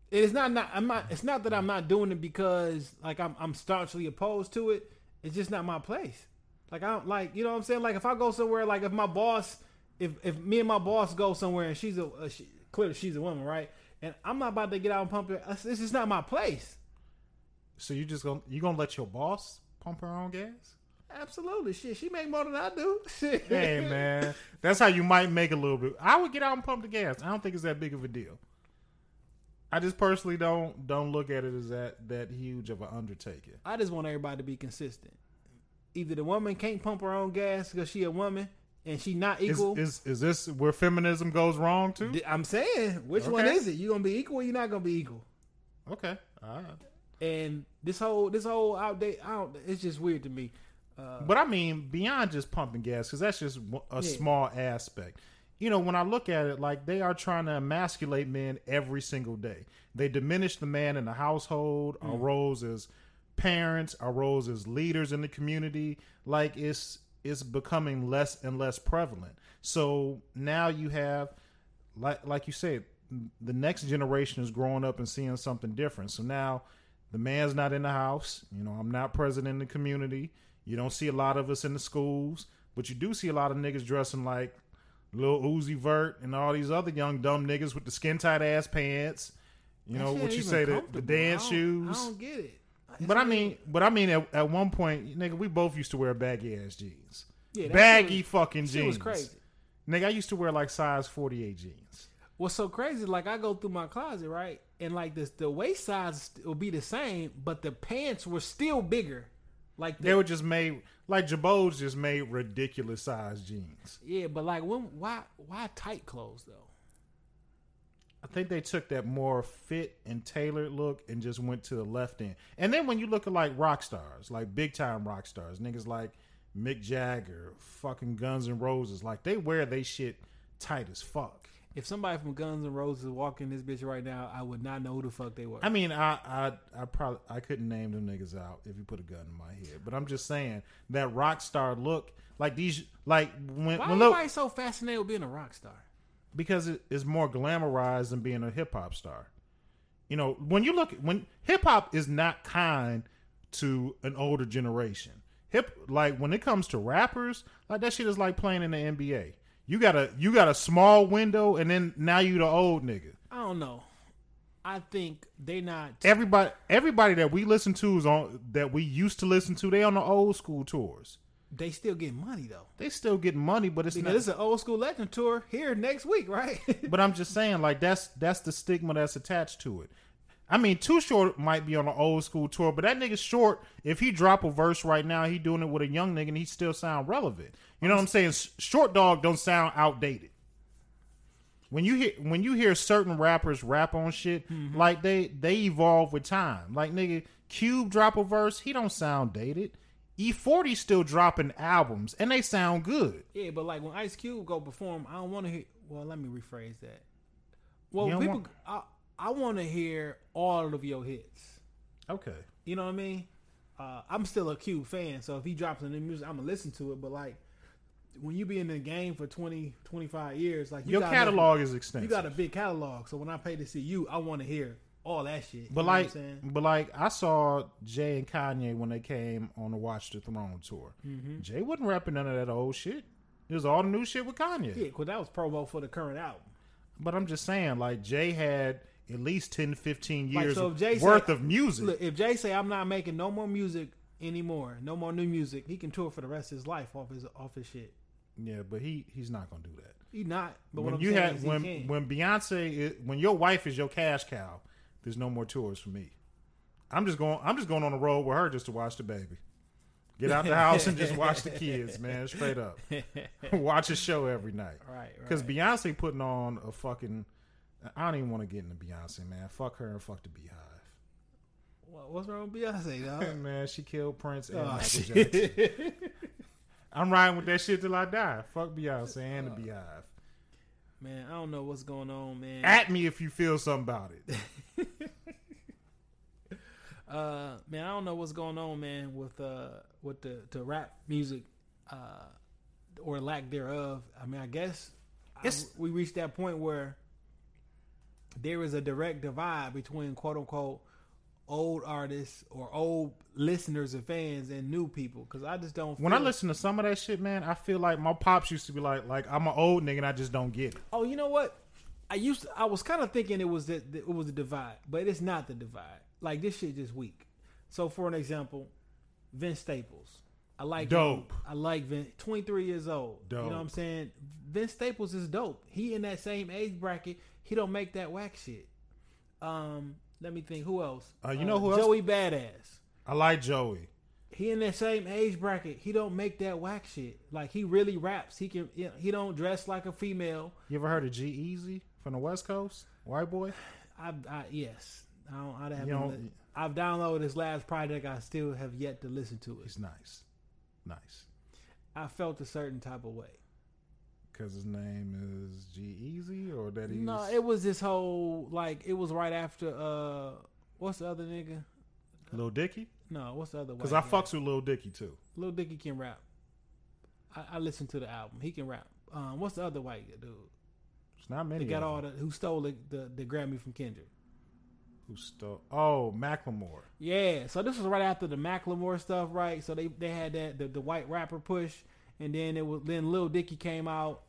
it is not not I'm not it's not that I'm not doing it because like I'm I'm staunchly opposed to it. It's just not my place. Like I don't like you know what I'm saying. Like if I go somewhere, like if my boss, if if me and my boss go somewhere and she's a, a she, clearly she's a woman, right? And I'm not about to get out and pump her. It's it's just not my place.
So you just gonna you gonna let your boss pump her own gas?
Absolutely, shit. She make more than I do. Shit.
hey man, that's how you might make a little bit. I would get out and pump the gas. I don't think it's that big of a deal. I just personally don't don't look at it as that that huge of an undertaking.
I just want everybody to be consistent. Either the woman can't pump her own gas because she a woman and she not
Is,
equal.
is is this where feminism goes wrong too?
D- I'm saying, which one
Okay.
is it? You gonna be equal? or You not gonna be equal?
Okay, all right.
And this whole this whole outdate, I don't. It's just weird to me. Uh,
But I mean, beyond just pumping gas, because that's just one- a
Yeah.
small aspect. You know, when I look at it, like they are trying to emasculate men every single day. They diminish the man in the household, our roles as parents, our roles as leaders in the community. Like it's it's becoming less and less prevalent. So now you have like like you said, the next generation is growing up and seeing something different. So now the man's not in the house. You know, I'm not present in the community. You don't see a lot of us in the schools, but you do see a lot of niggas dressing like Lil Uzi Vert and all these other young dumb niggas with the skin tight ass pants. You know
that shit
what you
ain't
say
even
the, the
comfortable.
dance
I don't-
shoes.
I don't get it. It's
But I
not
mean,
even-
but I mean, at, at one point, nigga, we both used to wear baggy ass jeans,
Yeah, that
baggy
shit was-
fucking
shit
jeans.
was crazy.
Nigga, I used to wear like size forty eight jeans.
What's so crazy? Like I go through my closet, right, and like this, the waist size will be the same, but the pants were still bigger. Like the,
They were just made like Jabot's just made ridiculous size jeans.
yeah, but like when why why tight clothes though?
I think they took that more fit and tailored look and just went to the left end. And then when you look at like rock stars, like big time rock stars, niggas like Mick Jagger, fucking Guns and Roses, like they wear they shit tight as fuck.
If somebody from Guns N' Roses walked in this bitch right now, I would not know who the fuck they were.
I mean, I, I, I probably I couldn't name them niggas out if you put a gun in my head. But I'm just saying that rock star look, like these, like when,
Why
when
everybody
Lil-
so fascinated with being a rock star?
because it is more glamorized than being a hip hop star. You know, when you look when hip hop is not kind to an older generation. Hip like when it comes to rappers, like that shit is like playing in the NBA. You got a you got a small window, and then now you the old nigga.
I don't know. I think they not.
Everybody everybody that we listen to is on that we used to listen to. They on the old school tours.
They still get money though.
They still getting money, but it's
Because
not.
it's an old school legend tour here next week, right?
But I'm just saying, like that's that's the stigma that's attached to it. I mean, Too Short might be on an old school tour, but that nigga Short, if he drop a verse right now, he doing it with a young nigga, and he still sound relevant. You know what I'm saying? S- Short Dog don't sound outdated. When you hear when you hear certain rappers rap on shit,
Mm-hmm.
like they they evolve with time. Like nigga, Cube drop a verse, he don't sound dated. E forty still dropping albums and they sound good.
Yeah, but like when Ice Cube go perform, I don't want to hear. Well, let me rephrase that. Well,
You don't
people,
want-
I I want to hear all of your hits.
Okay.
You know what I mean? Uh, I'm still a Cube fan, so if he drops a new music, I'm gonna listen to it. But like, when you be in the game for 20, 25 years, like you
Your
gotta-
catalog is
you
extensive.
got a big catalog. So when I pay to see you, I want to hear all that shit.
But
you
like,
know what I'm saying?
but like, I saw Jay and Kanye when they came on the Watch the Throne tour.
Mm-hmm.
Jay wasn't rapping none of that old shit. It was all the new shit with Kanye.
yeah, because that was promo for the current album.
But I'm just saying, like, Jay had at least 10, 15
Like,
years
so if Jay
worth
said-
of music.
Look, if Jay say I'm not making no more music anymore, no more new music, he can tour for the rest of his life off his off his shit.
yeah, but he he's not gonna do that.
He not. But
when
what I'm
you
saying
had
is
when
he can.
when Beyonce is, when your wife is your cash cow, there's no more tours for me. I'm just going. I'm just going on the road with her just to watch the baby. Get out the house and just watch the kids, man. Straight up, watch a show every night.
right, right.
Because Beyonce putting on a fucking. I don't even want to get into Beyonce, man. Fuck her and fuck the Beehive.
What- what's wrong with Beyonce, dog?
man, she killed Prince and
Uh. Oh,
Michael
shit.
Jackson. I'm riding with that shit till I die. Fuck Beyonce and
Uh.
the Beehive.
man, I don't know what's going on, man.
At me if you feel something about it.
uh man, I don't know what's going on, man, with uh with the the rap music uh or lack thereof. I mean, I guess I-
It's-
we reached that point where there is a direct divide between quote unquote old artists or old listeners and fans and new people because I just don't.
When I
feel-
listen to some of that shit, man, I feel like my pops used to be like, like I'm an old nigga and I just don't get it.
oh, you know what? I used to, I was kind of thinking it was the, the- it was the divide, but it's not the divide. Like this shit just weak. So for an example, Vince Staples. I like him.
Dope.
I like Vince. Twenty three years old. You know what I'm
Dope.
saying? Vince Staples is dope. He in that same age bracket. He don't make that whack shit. Um, let me think. Who else?
Uh, you know who else-
Joey Badass.
I like Joey.
He in that same age bracket. He don't make that whack shit. Like he really raps. He can. you know, He don't dress like a female.
You ever heard of G Easy from the West Coast? White boy?
I, I yes. I don't. I
You
haven't.
don't-
li- I've downloaded his last project. I still have yet to listen to it.
He's nice. Nice.
I felt a certain type of way.
Because his name is G Easy or that he's.
No, it was this whole like it was right after uh, what's the other nigga?
Lil Dicky?
No, what's the other?
Because I
white guy?
fucks with Lil Dicky too.
Lil Dicky can rap. I, I listened to the album. He can rap. Um, what's the other white dude?
It's not many.
They got
of
all
them
the who stole the, the the Grammy from Kendrick.
Who stole? Oh, Macklemore.
Yeah, so this was right after the Macklemore stuff, right? So they, they had that the, the white rapper push, and then it was then Lil Dicky came out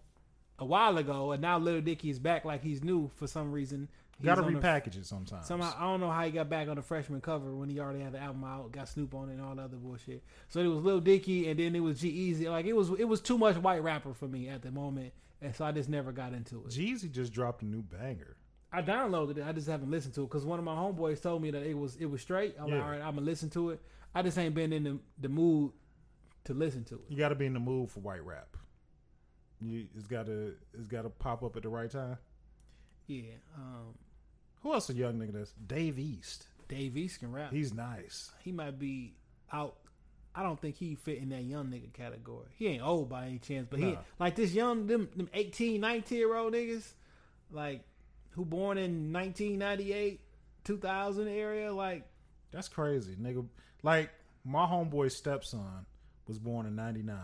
a while ago, and now Lil Dicky is back like he's new for some reason. He's
Got to
on the-
repackage it sometimes.
Somehow I don't know how he got back on the freshman cover when he already had the album out, got Snoop on it and all the other bullshit. So it was Lil Dicky, and then it was G Easy. Like it was it was too much white rapper for me at the moment, and so I just never got into it.
G Easy just dropped a new banger.
I downloaded it. I just haven't listened to it because one of my homeboys told me that it was it was straight. I'm like,
Yeah.
all right, I'm gonna listen to it. I just ain't been in the, the mood to listen to it.
You got to be in the mood for white rap. You, it's got to it's got to pop up at the right time.
Yeah, um,
Who else a young nigga that's Dave East?
Dave East can rap.
He's nice.
he might be out. I don't think he fit in that young nigga category. He ain't old by any chance, but he
Nah.
like this young them them 18, 19 year old niggas, like who born in nineteen ninety eight, two thousand area. Like
That's crazy, nigga. Like my homeboy stepson was born in '99.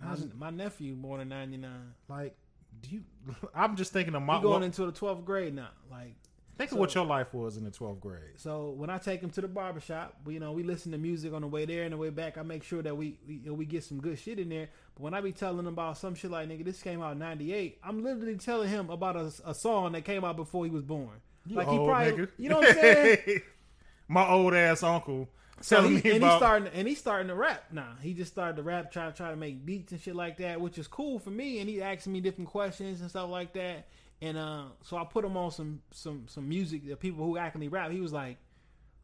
my, my nephew born in ninety nine.
Like, do you? I'm just thinking of my
He going
what,
into the twelfth grade now. Like
think of what your life was in the 12th grade.
So when I take him to the barbershop, we, you know, we listen to music on the way there and the way back. I make sure that we we, you know, we get some good shit in there. But when I be telling him about some shit like nigga, this came out in '98, I'm literally telling him about a, a song that came out before he was born.
You
like
old
he probably,
nigga.
you know what I'm saying?
my old ass uncle
So
telling
he,
me
and
about
he's starting and he's starting to rap now. He just started to rap, try try to make beats and shit like that, which is cool for me. And he asking me different questions and stuff like that. And uh, so I put him on some some some music that people who actually rap. He was like,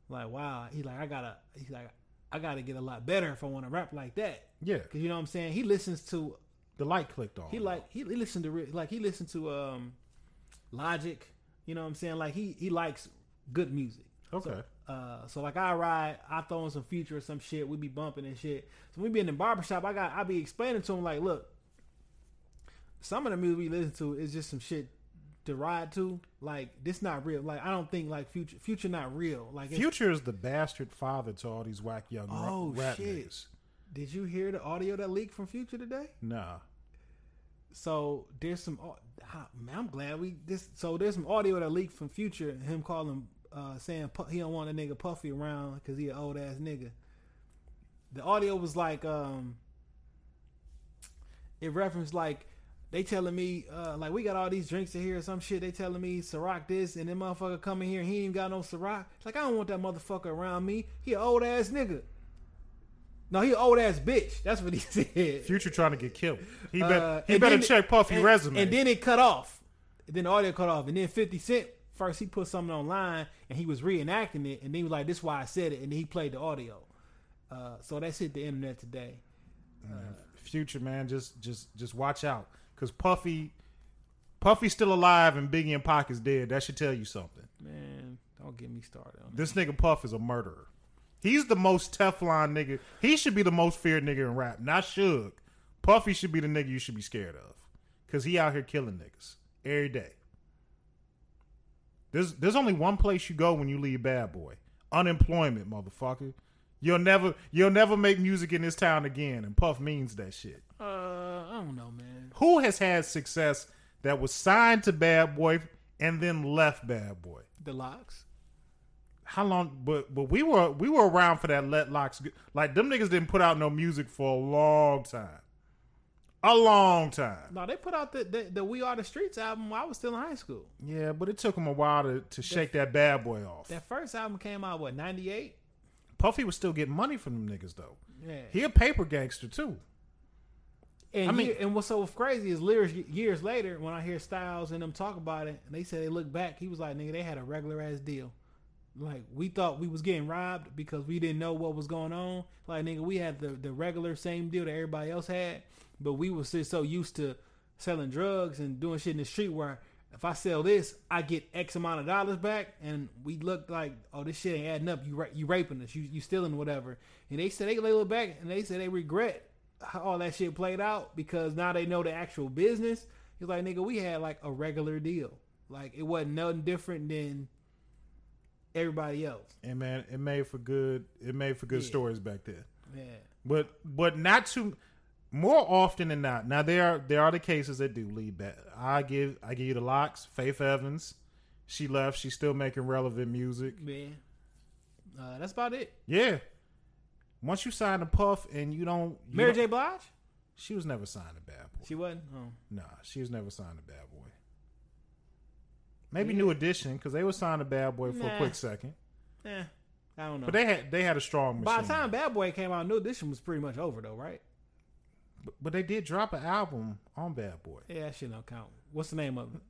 like wow. He's like I gotta. He's like I gotta get a lot better if I want to rap like that.
yeah.
Cause you know what I'm saying. He listens to
The light clicked on.
he like he, he listened to re- like he listened to um Logic. You know what I'm saying? Like he he likes good music.
Okay.
So, uh, so like I ride, I throw in some future or some shit. We be bumping and shit. So we be in the barbershop. I got I be explaining to him like, look, some of the music we listen to is just some shit to ride to. Like this not real. Like I don't think like future future not real. Like it's-
Future is the bastard father to all these whack young ra-
Oh,
rap
shit.
niggas.
did you hear the audio that leaked from Future today?
Nah.
So there's some. au- ah, Man, I'm glad we this. So there's some audio that leaked from Future. Him calling, uh, saying Pu- he don't want a nigga Puffy around because he an old ass nigga. The audio was like, um, it referenced like they telling me uh, like we got all these drinks in here or some shit. They telling me Ciroc this and then motherfucker coming here. He ain't got no Ciroc. It's like I don't want that motherfucker around me. He an old ass nigga. No, he an old ass bitch. That's what he said.
Future trying to get killed. He, bet,
Uh,
he
and
better
then-
check Puffy
and,
resume.
And then it cut off. Then the audio cut off. And then 50 Cent, first he put something online and he was reenacting it. And then he was like, this is why I said it. And then he played the audio. Uh, so that's hit the internet today.
Future man, just just just watch out because Puffy, Puffy's still alive and Biggie and Pac is dead. That should tell you something.
Man, don't get me started on that.
This nigga Puff is a murderer. He's the most Teflon nigga. He should be the most feared nigga in rap, not Suge. Puffy should be the nigga you should be scared of, cause he out here killing niggas every day. There's there's only one place you go when you leave Bad Boy. Unemployment, motherfucker. You'll never you'll never make music in this town again, and Puff means that shit.
Uh, I don't know, man.
Who has had success that was signed to Bad Boy and then left Bad Boy?
The locks.
how long but but we were we were around for that let locks Go- like them niggas didn't put out no music for a long time a long time
No, they put out the, the, the We Are the Streets album while I was still in high school.
yeah but it took them a while to, to shake that bad boy off
That first album came out, what, 98?
puffy was still getting money from them niggas though
Yeah.
he a paper gangster too
And
I mean-
year- and what's so crazy is lyrics years later when I hear Styles and them talk about it, and they say they look back, he was like, "Nigga, they had a regular ass deal. Like we thought we was getting robbed because we didn't know what was going on. Like nigga, we had the the regular same deal that everybody else had, but we was just so used to selling drugs and doing shit in the street where if I sell this, I get X amount of dollars back, and we looked like, oh, this shit ain't adding up. You ra- you raping us, you you stealing whatever. And they said they they look back and they said they regret how all that shit played out because now they know the actual business. He's like, nigga, we had like a regular deal. Like it wasn't nothing different than everybody else.
and man it made for good it made for good
Yeah.
stories back then
Yeah.
but but not too more often than not now there are there are the cases that do lead back i give i give you the locks faith evans she left she's still making relevant music
Man. Uh, that's about it.
Yeah. Once you sign a puff and you don't, you
Mary
don't-
J. Blige?
she was never signed a bad boy.
She wasn't. Oh.
nah, she was never signed a bad boy. Maybe
Yeah.
New Edition because they were signed a bad boy for a
Nah.
quick second,
Eh. I don't know.
but they had they had a strong machine.
By the time Bad Boy came out, New Edition was pretty much over though, right?
but, but they did drop an album on Bad Boy.
Yeah, that shit don't count. What's the name of it?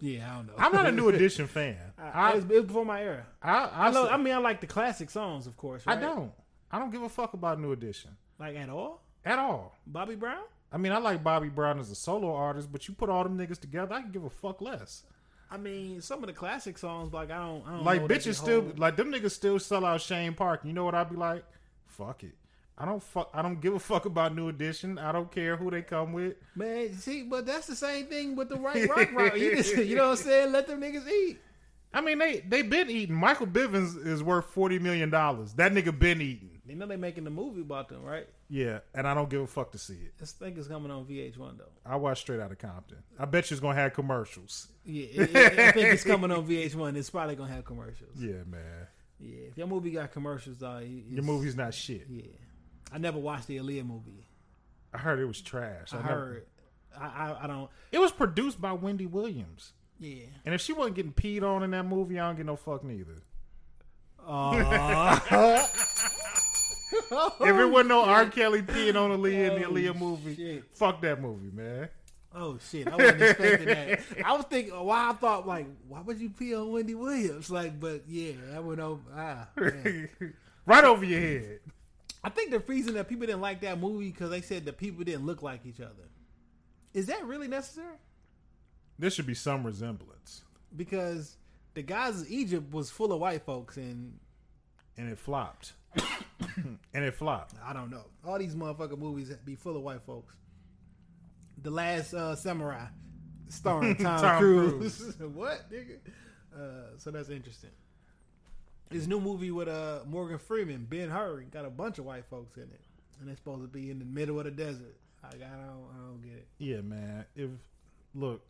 Yeah, I don't know.
I'm not a New Edition fan.
I,
I
it's, it's before my era.
I I,
I, know,
s-
I mean, I like the classic songs, of course.
I
right?
don't I don't give a fuck about New Edition
like at all.
at all.
Bobby Brown.
I mean, I like Bobby Brown as a solo artist, but you put all them niggas together, I can give a fuck less.
I mean, some of the classic songs, like I don't, I don't
like
know that they
bitches still
hold.
like them niggas still sell out Shane Park. You know what I'd be like? Fuck it. I don't fuck. I don't give a fuck about New Edition. I don't care who they come with.
man. See, but that's the same thing with the right rock route. You, just, you know what I'm saying? Let them niggas eat.
I mean, they they been eating. Michael Bivins is worth forty million dollars. That nigga been eating.
They know they making the movie about them, right?
Yeah, and I don't give a fuck to see it.
This thing is coming on VH1 though.
I watch straight out of Compton. I bet you it's gonna have commercials.
Yeah, it- it- I think it's coming on VH1. It's probably gonna have commercials.
Yeah, man.
Yeah, if your movie got commercials, though, it- it's-
Your movie's not shit.
Yeah, I never watched the Aaliyah movie.
I heard it was trash.
I
never-
heard. I, I I don't.
it was produced by Wendy Williams.
Yeah.
And if she wasn't getting peed on in that movie, I don't get no fuck neither.
Uh,
if it wasn't no R. Kelly peeing on Aaliyah in the
Oh,
Aaliyah movie,
shit.
fuck that movie, man.
Oh shit! I wasn't expecting that. I was thinking, why I thought like, why would you pee on Wendy Williams? Like, but yeah, that went over. Ah, man.
right over your head.
I think the reason that people didn't like that movie because they said the people didn't look like each other. Is that really necessary?
There should be some resemblance,
because the guys of Egypt was full of white folks, and
and it flopped, and it flopped.
I don't know. All these motherfucking movies be full of white folks. The Last uh, Samurai, starring Tom,
Tom
Cruise. what, nigga? Uh, so that's interesting. This new movie with uh, Morgan Freeman, Ben Hur, got a bunch of white folks in it, and it's supposed to be in the middle of the desert. Like, I don't, I don't get it.
Yeah, man. If look,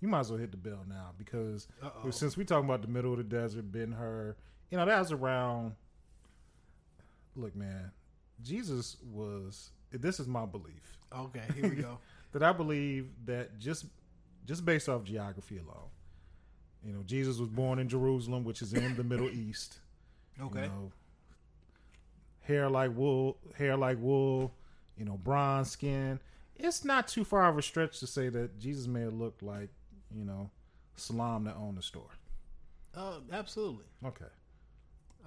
you might as well hit the bell now because
Uh-oh.
since we talking about the middle of the desert, Ben Hur, you know that was around. Look, man, Jesus was. This is my belief
Okay, here we go.
that I believe that just just based off geography alone, you know, Jesus was born in Jerusalem, which is in the Middle East.
Okay,
You know, hair like wool, hair like wool, you know, bronze skin. It's not too far of a stretch to say that Jesus may have looked like, you know, Salam that owned the store.
uh, absolutely.
Okay.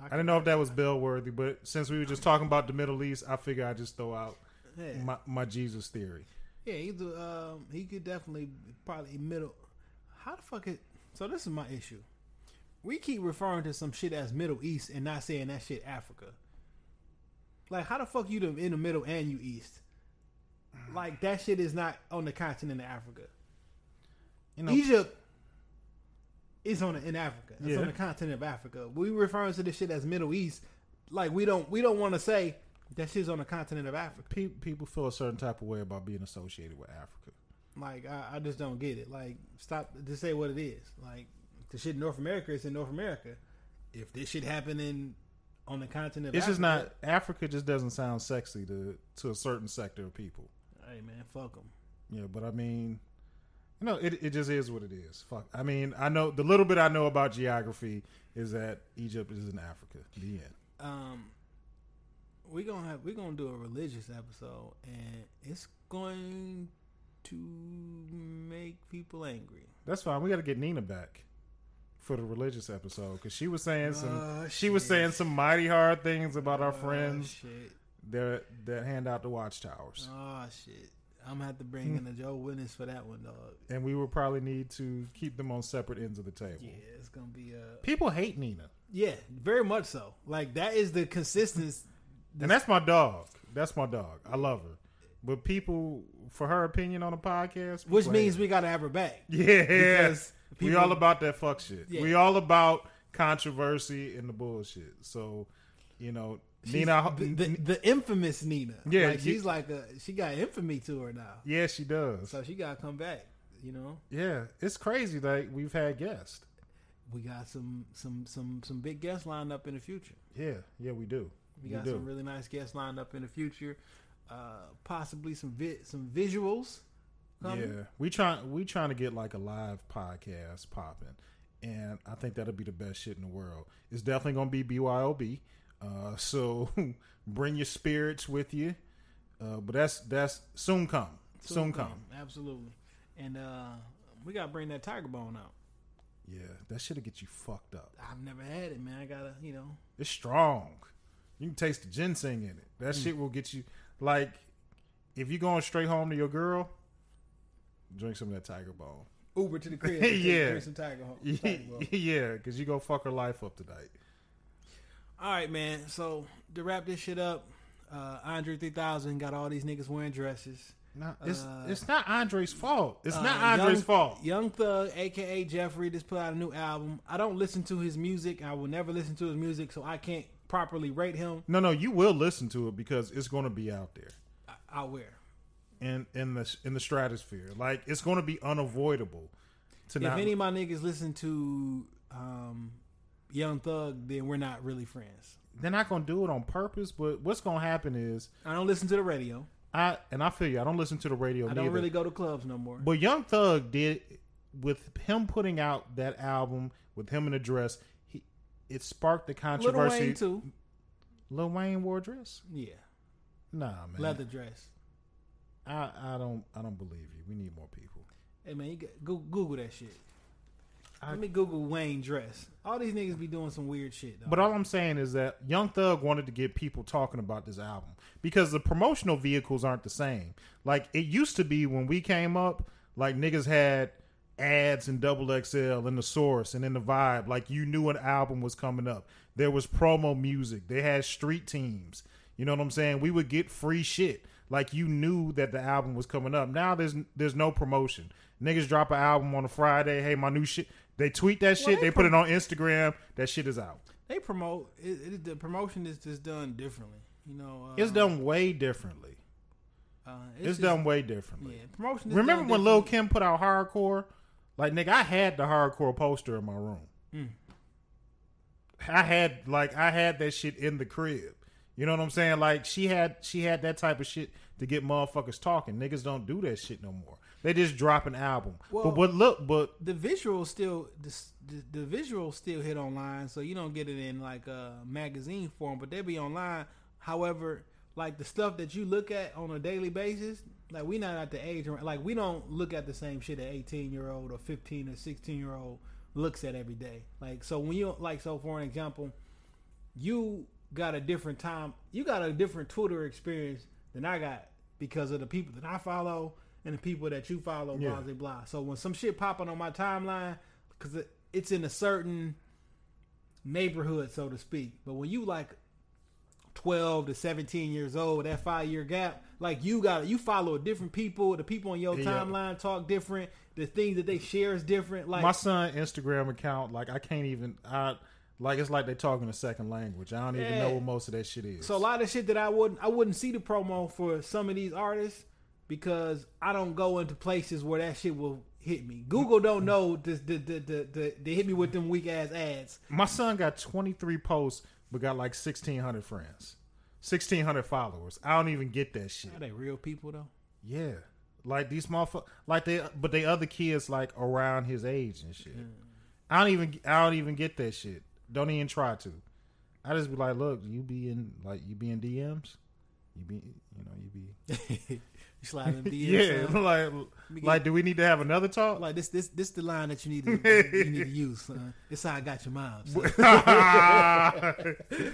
I,
I
didn't know if that was bell worthy, but since we were just talking about the Middle East, I figure I just throw out
Yeah.
my, my Jesus theory.
Yeah, he's a, um, he could definitely probably middle. How the fuck is so? This is my issue. We keep referring to some shit as Middle East and not saying that shit Africa. Like, how the fuck you the- in the middle and you East? Like that shit is not on the continent of Africa.
You know,
Egypt is on the, in Africa. It's
Yeah.
on the continent of Africa. We referring to this shit as Middle East. Like we don't we don't want to say that shit's on the continent of Africa.
pe- people feel a certain type of way about being associated with Africa.
Like I, I just don't get it. Like stop to say what it is. Like the shit in North America is in North America. If this shit happening on the continent, of
It's just
Africa-
not Africa. Just doesn't sound sexy to to a certain sector of people.
Hey man, fuck them.
Yeah, but I mean, you know, it, it just is what it is. Fuck. I mean, I know the little bit I know about geography is that Egypt is in Africa. The end.
Um, we gonna have we gonna do a religious episode, and it's going to make people angry.
That's fine. We got to get Nina back for the religious episode because she was saying some.
Oh,
she was
shit.
saying some mighty hard things about our
Oh,
friends
shit.
that that hand out the watchtowers,
Oh shit. I'm gonna have to bring in a Joe Witness for that one, dog.
and we will probably need to keep them on separate ends of the table.
Yeah, it's gonna be a
People hate Nina.
Yeah, very much so. Like that is the consistency.
And that's my dog. That's my dog. I love her. But people, for her opinion on the podcast,
Which
people
means
hate
we gotta have her back.
her. yeah,
because
we
people-
all about that fuck shit.
Yeah.
We all about controversy and the bullshit. So, you know, Nina. I ho-
the, the, the infamous Nina.
Yeah,
like,
you-
she's like a she got infamy to her now,
yeah, she does.
so she gotta come back. You know,
Yeah, it's crazy. Like we've had guests.
we got some some some some big guests lined up in the future.
Yeah, yeah, we do.
We
we
got
do.
some really nice guests lined up in the future. Uh, possibly some vi- some visuals. coming.
Yeah, we trying we trying to get like a live podcast popping, and I think that'll be the best shit in the world. It's definitely gonna be BYOB. Uh, so bring your spirits with you. Uh, but that's that's soon come, soon, come.
absolutely. And uh, we gotta bring that tiger bone out.
Yeah, that shit'll get you fucked up.
I've never had it, man. I gotta, you know,
It's strong. You can taste the ginseng in it. That
Mm.
shit will get you like if you're going straight home to your girl. Drink some of that tiger bone.
Uber to the crib. and take-
Yeah.
drink some Tiger Hawk- Tiger Bone.
yeah, because you go fuck her life up tonight.
All right, man. So to wrap this shit up, uh, Andre 3000 got all these niggas wearing dresses.
No, it's
Uh,
it's not Andre's fault. It's not
Uh,
Andre's
Young-
fault.
Young Thug, aka Jeffrey, just put out a new album. I don't listen to his music. I will never listen to his music, so I can't properly rate him.
No, no, you will listen to it because it's going to be out there
I, I'll wear.
in in the in the stratosphere. Like it's going to be unavoidable to
If
not.
any of my niggas listen to um, Young Thug, then we're not really friends.
they're not going to do it on purpose. But what's going to happen is
I don't listen to the radio.
I and I feel you. I don't listen to the radio.
I
neither.
don't really go to clubs no more.
But Young Thug did with him putting out that album with him in a dress. He it sparked the
Lil
controversy.
Wayne too.
Lil Wayne wore a dress.
Yeah,
Nah, man.
leather dress.
I, I don't I don't believe you. We need more people.
Hey man, you got, go, Google that shit.
I-
Let me Google Wayne dress. All these niggas be doing some weird shit. Dog.
But all I'm saying is that Young Thug wanted to get people talking about this album because the promotional vehicles aren't the same. Like it used to be when we came up, Like niggas had ads in Double XL and the Source and in the Vibe. Like you knew an album was coming up. There was promo music. They had street teams. You know what I'm saying? We would get free shit. Like you knew that the album was coming up. Now there's there's no promotion. Niggas drop an album on a Friday. Hey, my new shit. They tweet that shit.
they
they put it on Instagram. That shit is out.
They promote it, it, the promotion is just done differently. You know, uh,
It's done way differently.
Uh,
It's,
just-
done way differently.
Yeah, promotion. Is
Remember
done
when Lil
differently.
Kim put out hardcore? Like nigga, I had the hardcore poster in my room.
Mm.
I had like I had that shit in the crib. You know what I'm saying? Like she had she had that type of shit to get motherfuckers talking. Niggas don't do that shit no more. They just drop an album.
Well-
but what look but
the visual still the, the, the visual still hit online, so you don't get it in like a magazine form, but they be online. However, like the stuff that you look at on a daily basis, like we not at the age where- like we don't look at the same shit an eighteen year old or fifteen or sixteen year old looks at every day. Like so when you like so for an example, you got a different time you got a different twitter experience than i got because of the people that i follow and the people that you follow blah
Yeah.
blah blah so when some shit popping on my timeline because it, it's in a certain neighborhood so to speak but when you like 12 to 17 years old that five year gap like you got you follow different people the people on your
Yeah.
timeline talk different the things that they share is different like
my son Instagram account, like I can't even I like it's like they talking a second language. I don't even know
Yeah.
what most of that shit is.
So a lot of shit that I wouldn't I wouldn't see the promo for some of these artists because I don't go into places where that shit will hit me. Google don't know the the the the, the, they hit me with them weak ass ads.
My son got 23 posts, but got like 1,600 friends, 1,600 followers. I don't even get that shit.
Are they real people though?
Yeah, like these motherfuckers, like they, but they other kids like around his age and shit. I don't even, I don't even get that shit. Don't even try to. I just be like, look, you be in, like, you be in DMs, you be, you know, you be.
you sliding DMs.
Yeah,
son.
like,
me
like, do we need to have another talk?
Like this this this the line that you need to you need to use, son. This how I got your mom. son.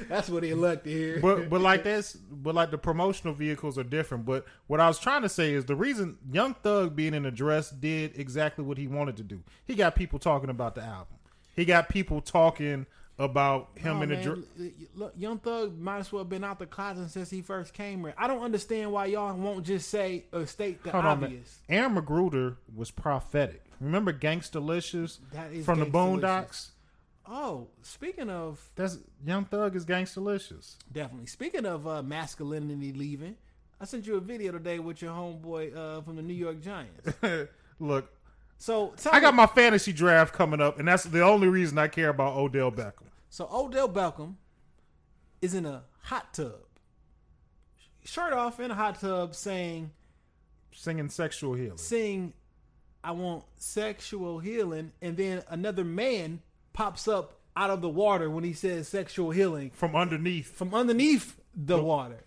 That's what they like to hear.
but but like that's but like the promotional vehicles are different. But what I was trying to say is the reason Young Thug being in a dress did exactly what he wanted to do. He got people talking about the album. He got people talking about him
No,
in a
Oh, man,
dress.
l- l- Look, Young Thug might as well been out the closet since he first came here. I don't understand why y'all won't just say or state the
Hold on, man.
obvious.
Aaron McGruder was prophetic. Remember Gangstalicious
That is
from the
Gangstalicious.
Boondocks?
Oh, speaking of
That's Young Thug is Gangstalicious.
definitely. Speaking of uh, masculinity leaving, I sent you a video today with your homeboy uh, from the New York Giants.
Look,
So tell
I got
me-
my fantasy draft coming up, and that's the only reason I care about Odell Beckham.
so Odell Beckham is in a hot tub, shirt off in a hot tub, saying
Singing sexual healing.
sing I want sexual healing and then another man pops up out of the water when he says sexual healing
From underneath.
from underneath the water.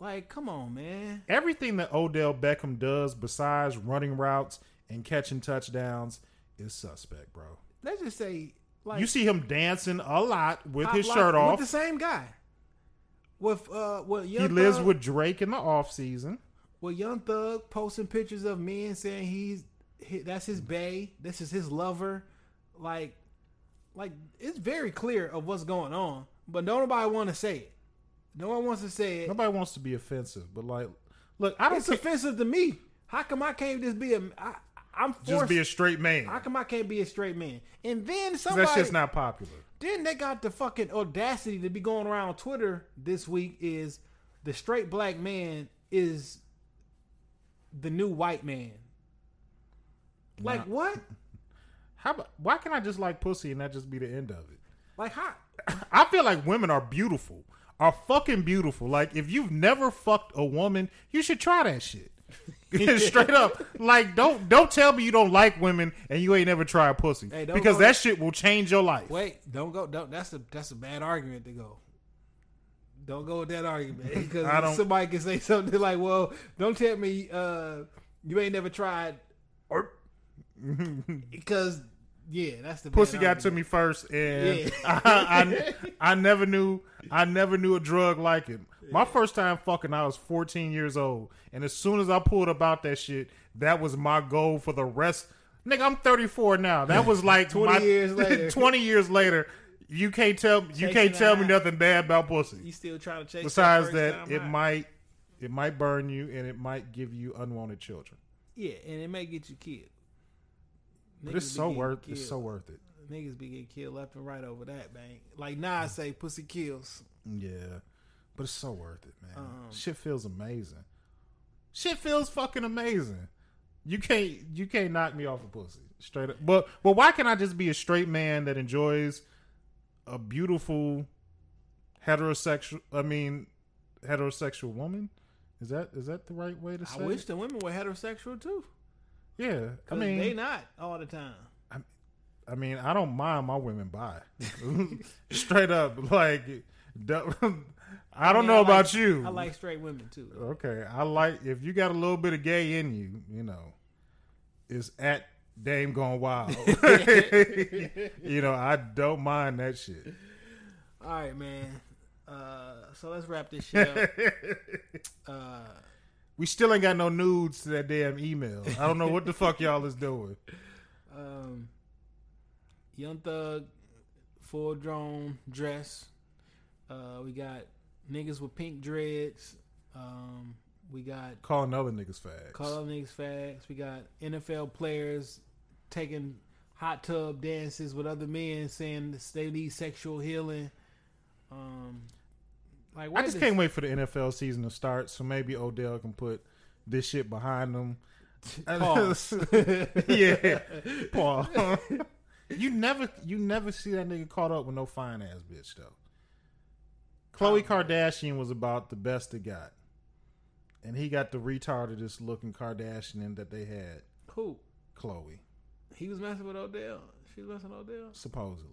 Like, come on, man.
everything that Odell Beckham does besides running routes and catching touchdowns is suspect, bro.
Let's just say like
You see him dancing a lot with
Pop
his
Lock- with
shirt
the
off.
same guy. With uh with young
He lives
Thug-
with Drake in the offseason.
with young thug posting pictures of men saying he's he, that's his bae, this is his lover. Like like it's very clear of what's going on, but don't nobody want to say it. No one wants to say it.
Nobody wants to be offensive, but like, look, I don't
It's
care-
offensive to me. How come I can't just be a I, I'm forced.
just be a straight man.
how come I can't be a straight man? And then
'Cause
somebody
That shit's not popular.
Then they got the fucking audacity to be going around on Twitter this week is the straight black man is the new white man. Like what?
How about, why can I just like pussy and that just be the end of it?
Like how?
I feel like women are beautiful, are fucking beautiful. Like if you've never fucked a woman, you should try that shit. Straight up, like don't don't tell me you don't like women and you ain't never tried pussy
Hey, don't
because
go-
that shit will change your life.
Wait, don't go. Don't. That's a that's a bad argument to go. Don't go with that argument
I
because
don't-
somebody can say something like, "Well, don't tell me uh, you ain't never tried," or because yeah, that's the
Pussy
bad
got to
argument.
me first, and
Yeah.
I, I I never knew I never knew a drug like it. My first time fucking, I was 14 years old, and as soon as I pulled about that shit, that was my goal for the rest. Nigga, I'm 34 now. That was like
20
my-
years later.
20 years later, you can't tell you
Chasing
can't tell
it
me
out.
nothing bad about pussy.
You still trying to chase?
Besides
that,
that,
first
it
time out.
might it might burn you and it might give you unwanted children.
Yeah, and it may get you killed.
But
Niggas
it's
be
so
getting
worth it's
killed.
so worth it.
Niggas be getting killed left and right over that, bang. Like Nas say, "Pussy kills."
Yeah. But it's so worth it, man.
Um,
Shit feels amazing. Shit feels fucking amazing. You can't you can't knock me off a pussy. Straight up. But but why can't I just be a straight man that enjoys a beautiful heterosexual I mean heterosexual woman? Is that is that the right way to say
I
it?
wish the women were heterosexual too.
Yeah. I
'Cause
mean
they not all the time.
I mean, I don't mind my women bi. Straight up, like, don't- I don't
mean,
know
I like-
about you. Uh.
I like straight women too.
Okay, I like if you got a little bit of gay in you, you know, it's at Dame Gone Wild. you know, I don't mind that shit.
All right, man. Uh, so let's wrap this shit up. Uh,
we still ain't got no nudes to that damn email. I don't know what the fuck y'all is doing.
um, Young Thug, full drone dress. Uh, we got niggas with pink dreads. Um, we got
Calling other niggas fags.
Call up niggas fags. We got NFL players taking hot tub dances with other men, saying this- they need sexual healing. Um, like why
I just
this-
can't wait for the NFL season to start, so maybe Odell can put this shit behind him.
Pause.
yeah, Paul. you never, you never see that nigga caught up with no fine ass bitch though. Khloe Kardashian was about the best it got, and he got the retardedest looking Kardashian that they had.
Who
Khloe,
he was messing with Odell. She was messing with Odell.
supposedly,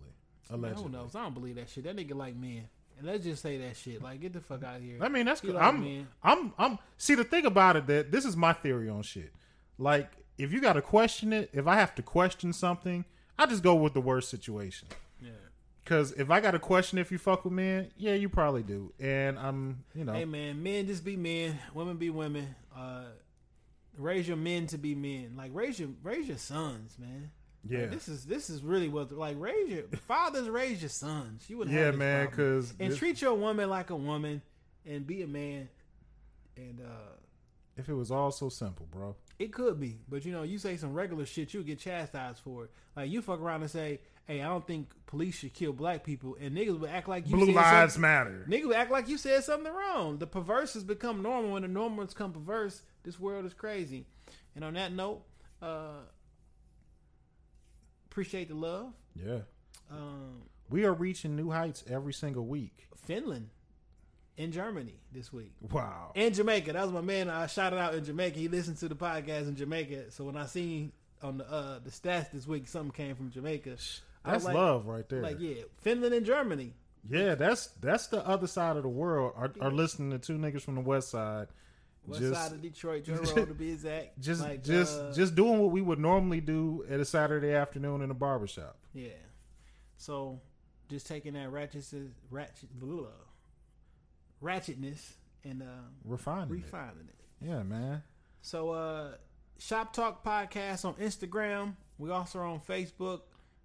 Man,
allegedly.
Who knows? I don't believe that shit. That nigga like men. And let's just say that shit. Like get the fuck out of here.
I mean, that's
He
good.
like
I'm,
men.
I'm, I'm. See, the thing about it that this is my theory on shit. Like, if you got to question it, if I have to question something, I just go with the worst situation.
Yeah.
Because if I got to question if you fuck with men, yeah, you probably do. And I'm, you know,
Hey man, men just be men, women be women. Uh, raise your men to be men. Like raise your raise your sons, man.
yeah,
Like, this is this is really what like raise your fathers raise your sons. You would
yeah, man.
Problem.
Because
And treat your woman like a woman, and be a man. And uh
if it was all so simple, bro.
it could be, but you know, you say some regular shit, you get chastised for it. Like you fuck around and say, "Hey, I don't think police should kill black people," and niggas would act like you
Blue
said
lives
something-
matter.
Niggas would act like you said something wrong. The perverse has become normal, and the normal has become perverse. This world is crazy. And on that note, uh appreciate the love.
Yeah,
Um
we are reaching new heights every single week.
Finland and Germany this week.
Wow.
And Jamaica. That was my man. I shouted out in Jamaica. He listened to the podcast in Jamaica. So when I seen on the uh the stats this week, something came from Jamaica. I was
That's
like,
love right there.
Like yeah, Finland and Germany.
Yeah, that's that's the other side of the world. Are, are listening to two niggas from the west side,
West
just
side of Detroit, Joe Road to be exact.
just
Like,
just
uh,
just doing what we would normally do at a Saturday afternoon in a barbershop.
yeah. So just taking that ratchet ratchet blah, ratchetness and uh,
Refining, it.
refining it.
yeah, man.
So uh Shop Talk Podcast on Instagram. We also are on Facebook.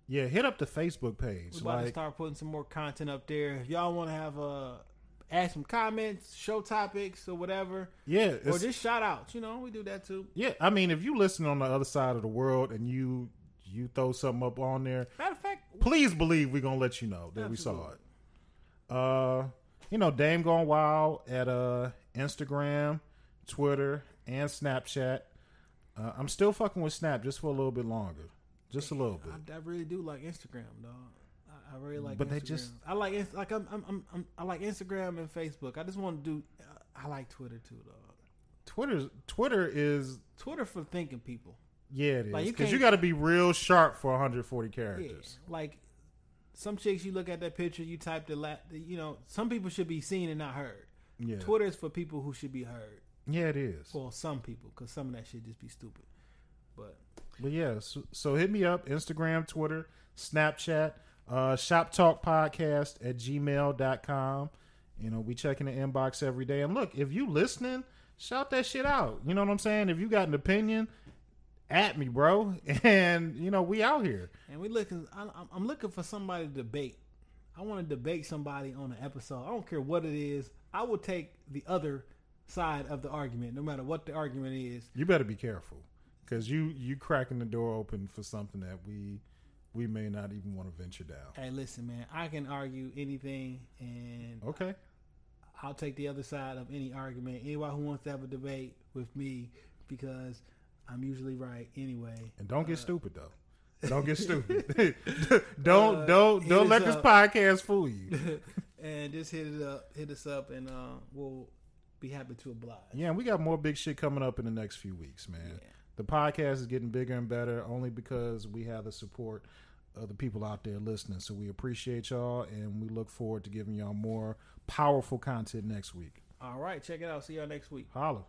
Yeah, hit up the Facebook page.
We're about to
Like,
start putting some more content up there. If y'all want to have uh add some comments, show topics or whatever,
yeah,
or
it's-
just shout outs, you know, we do that too.
yeah. I mean, if you listen on the other side of the world and you you throw something up on there,
Matter of fact,
please believe we're gonna let you know that we saw
Absolutely.
it. Uh, you know, Dame Gone Wild at uh Instagram, Twitter, and Snapchat. Uh, I'm still fucking with Snap just for a little bit longer, just a little bit.
I, I really do like Instagram, dog. I, I really like.
But
But Instagram.
they just-
I like Inst- like I'm, I'm, I'm, I'm I like Instagram and Facebook. I just want to do. uh, I like Twitter too, dog.
Twitter's Twitter is
Twitter for thinking people.
yeah, it is
Like, you
because you
can't-
got to be real sharp for 140
Yeah,
characters.
like some chicks. You look at that picture. You type the la- You know, some people should be seen and not heard.
Yeah,
Twitter is for people who should be heard.
yeah, it is.
Well, some people, because some of that shit just be stupid. But
But yeah, so, so hit me up Instagram, Twitter, Snapchat, uh, Shop Talk Podcast at gmail.com. You know, we checking the inbox every day. And look, if you listening, shout that shit out. You know what I'm saying? If you got an opinion, at me, bro. And you know, we out here.
And we looking. I, I'm- I'm looking for somebody to debate. I want to debate somebody on an episode. I don't care what it is. I will take the other side of the argument, no matter what the argument is.
You better be careful because you you cracking the door open for something that we we may not even want to venture down.
Hey, listen, man. I can argue anything, and
Okay,
I'll take the other side of any argument. Anybody who wants to have a debate with me, because I'm usually right anyway.
and don't get stupid though. Don't get stupid. don't don't
hit
don't
us
let this
up.
podcast fool you.
and just hit it up, hit us up, and uh, we'll be happy to oblige.
Yeah, we got more big shit coming up in the next few weeks, man.
Yeah.
The podcast is getting bigger and better only because we have the support of the people out there listening. So we appreciate y'all and we look forward to giving y'all more powerful content next week.
All right, check it out. See y'all next week.
Holla.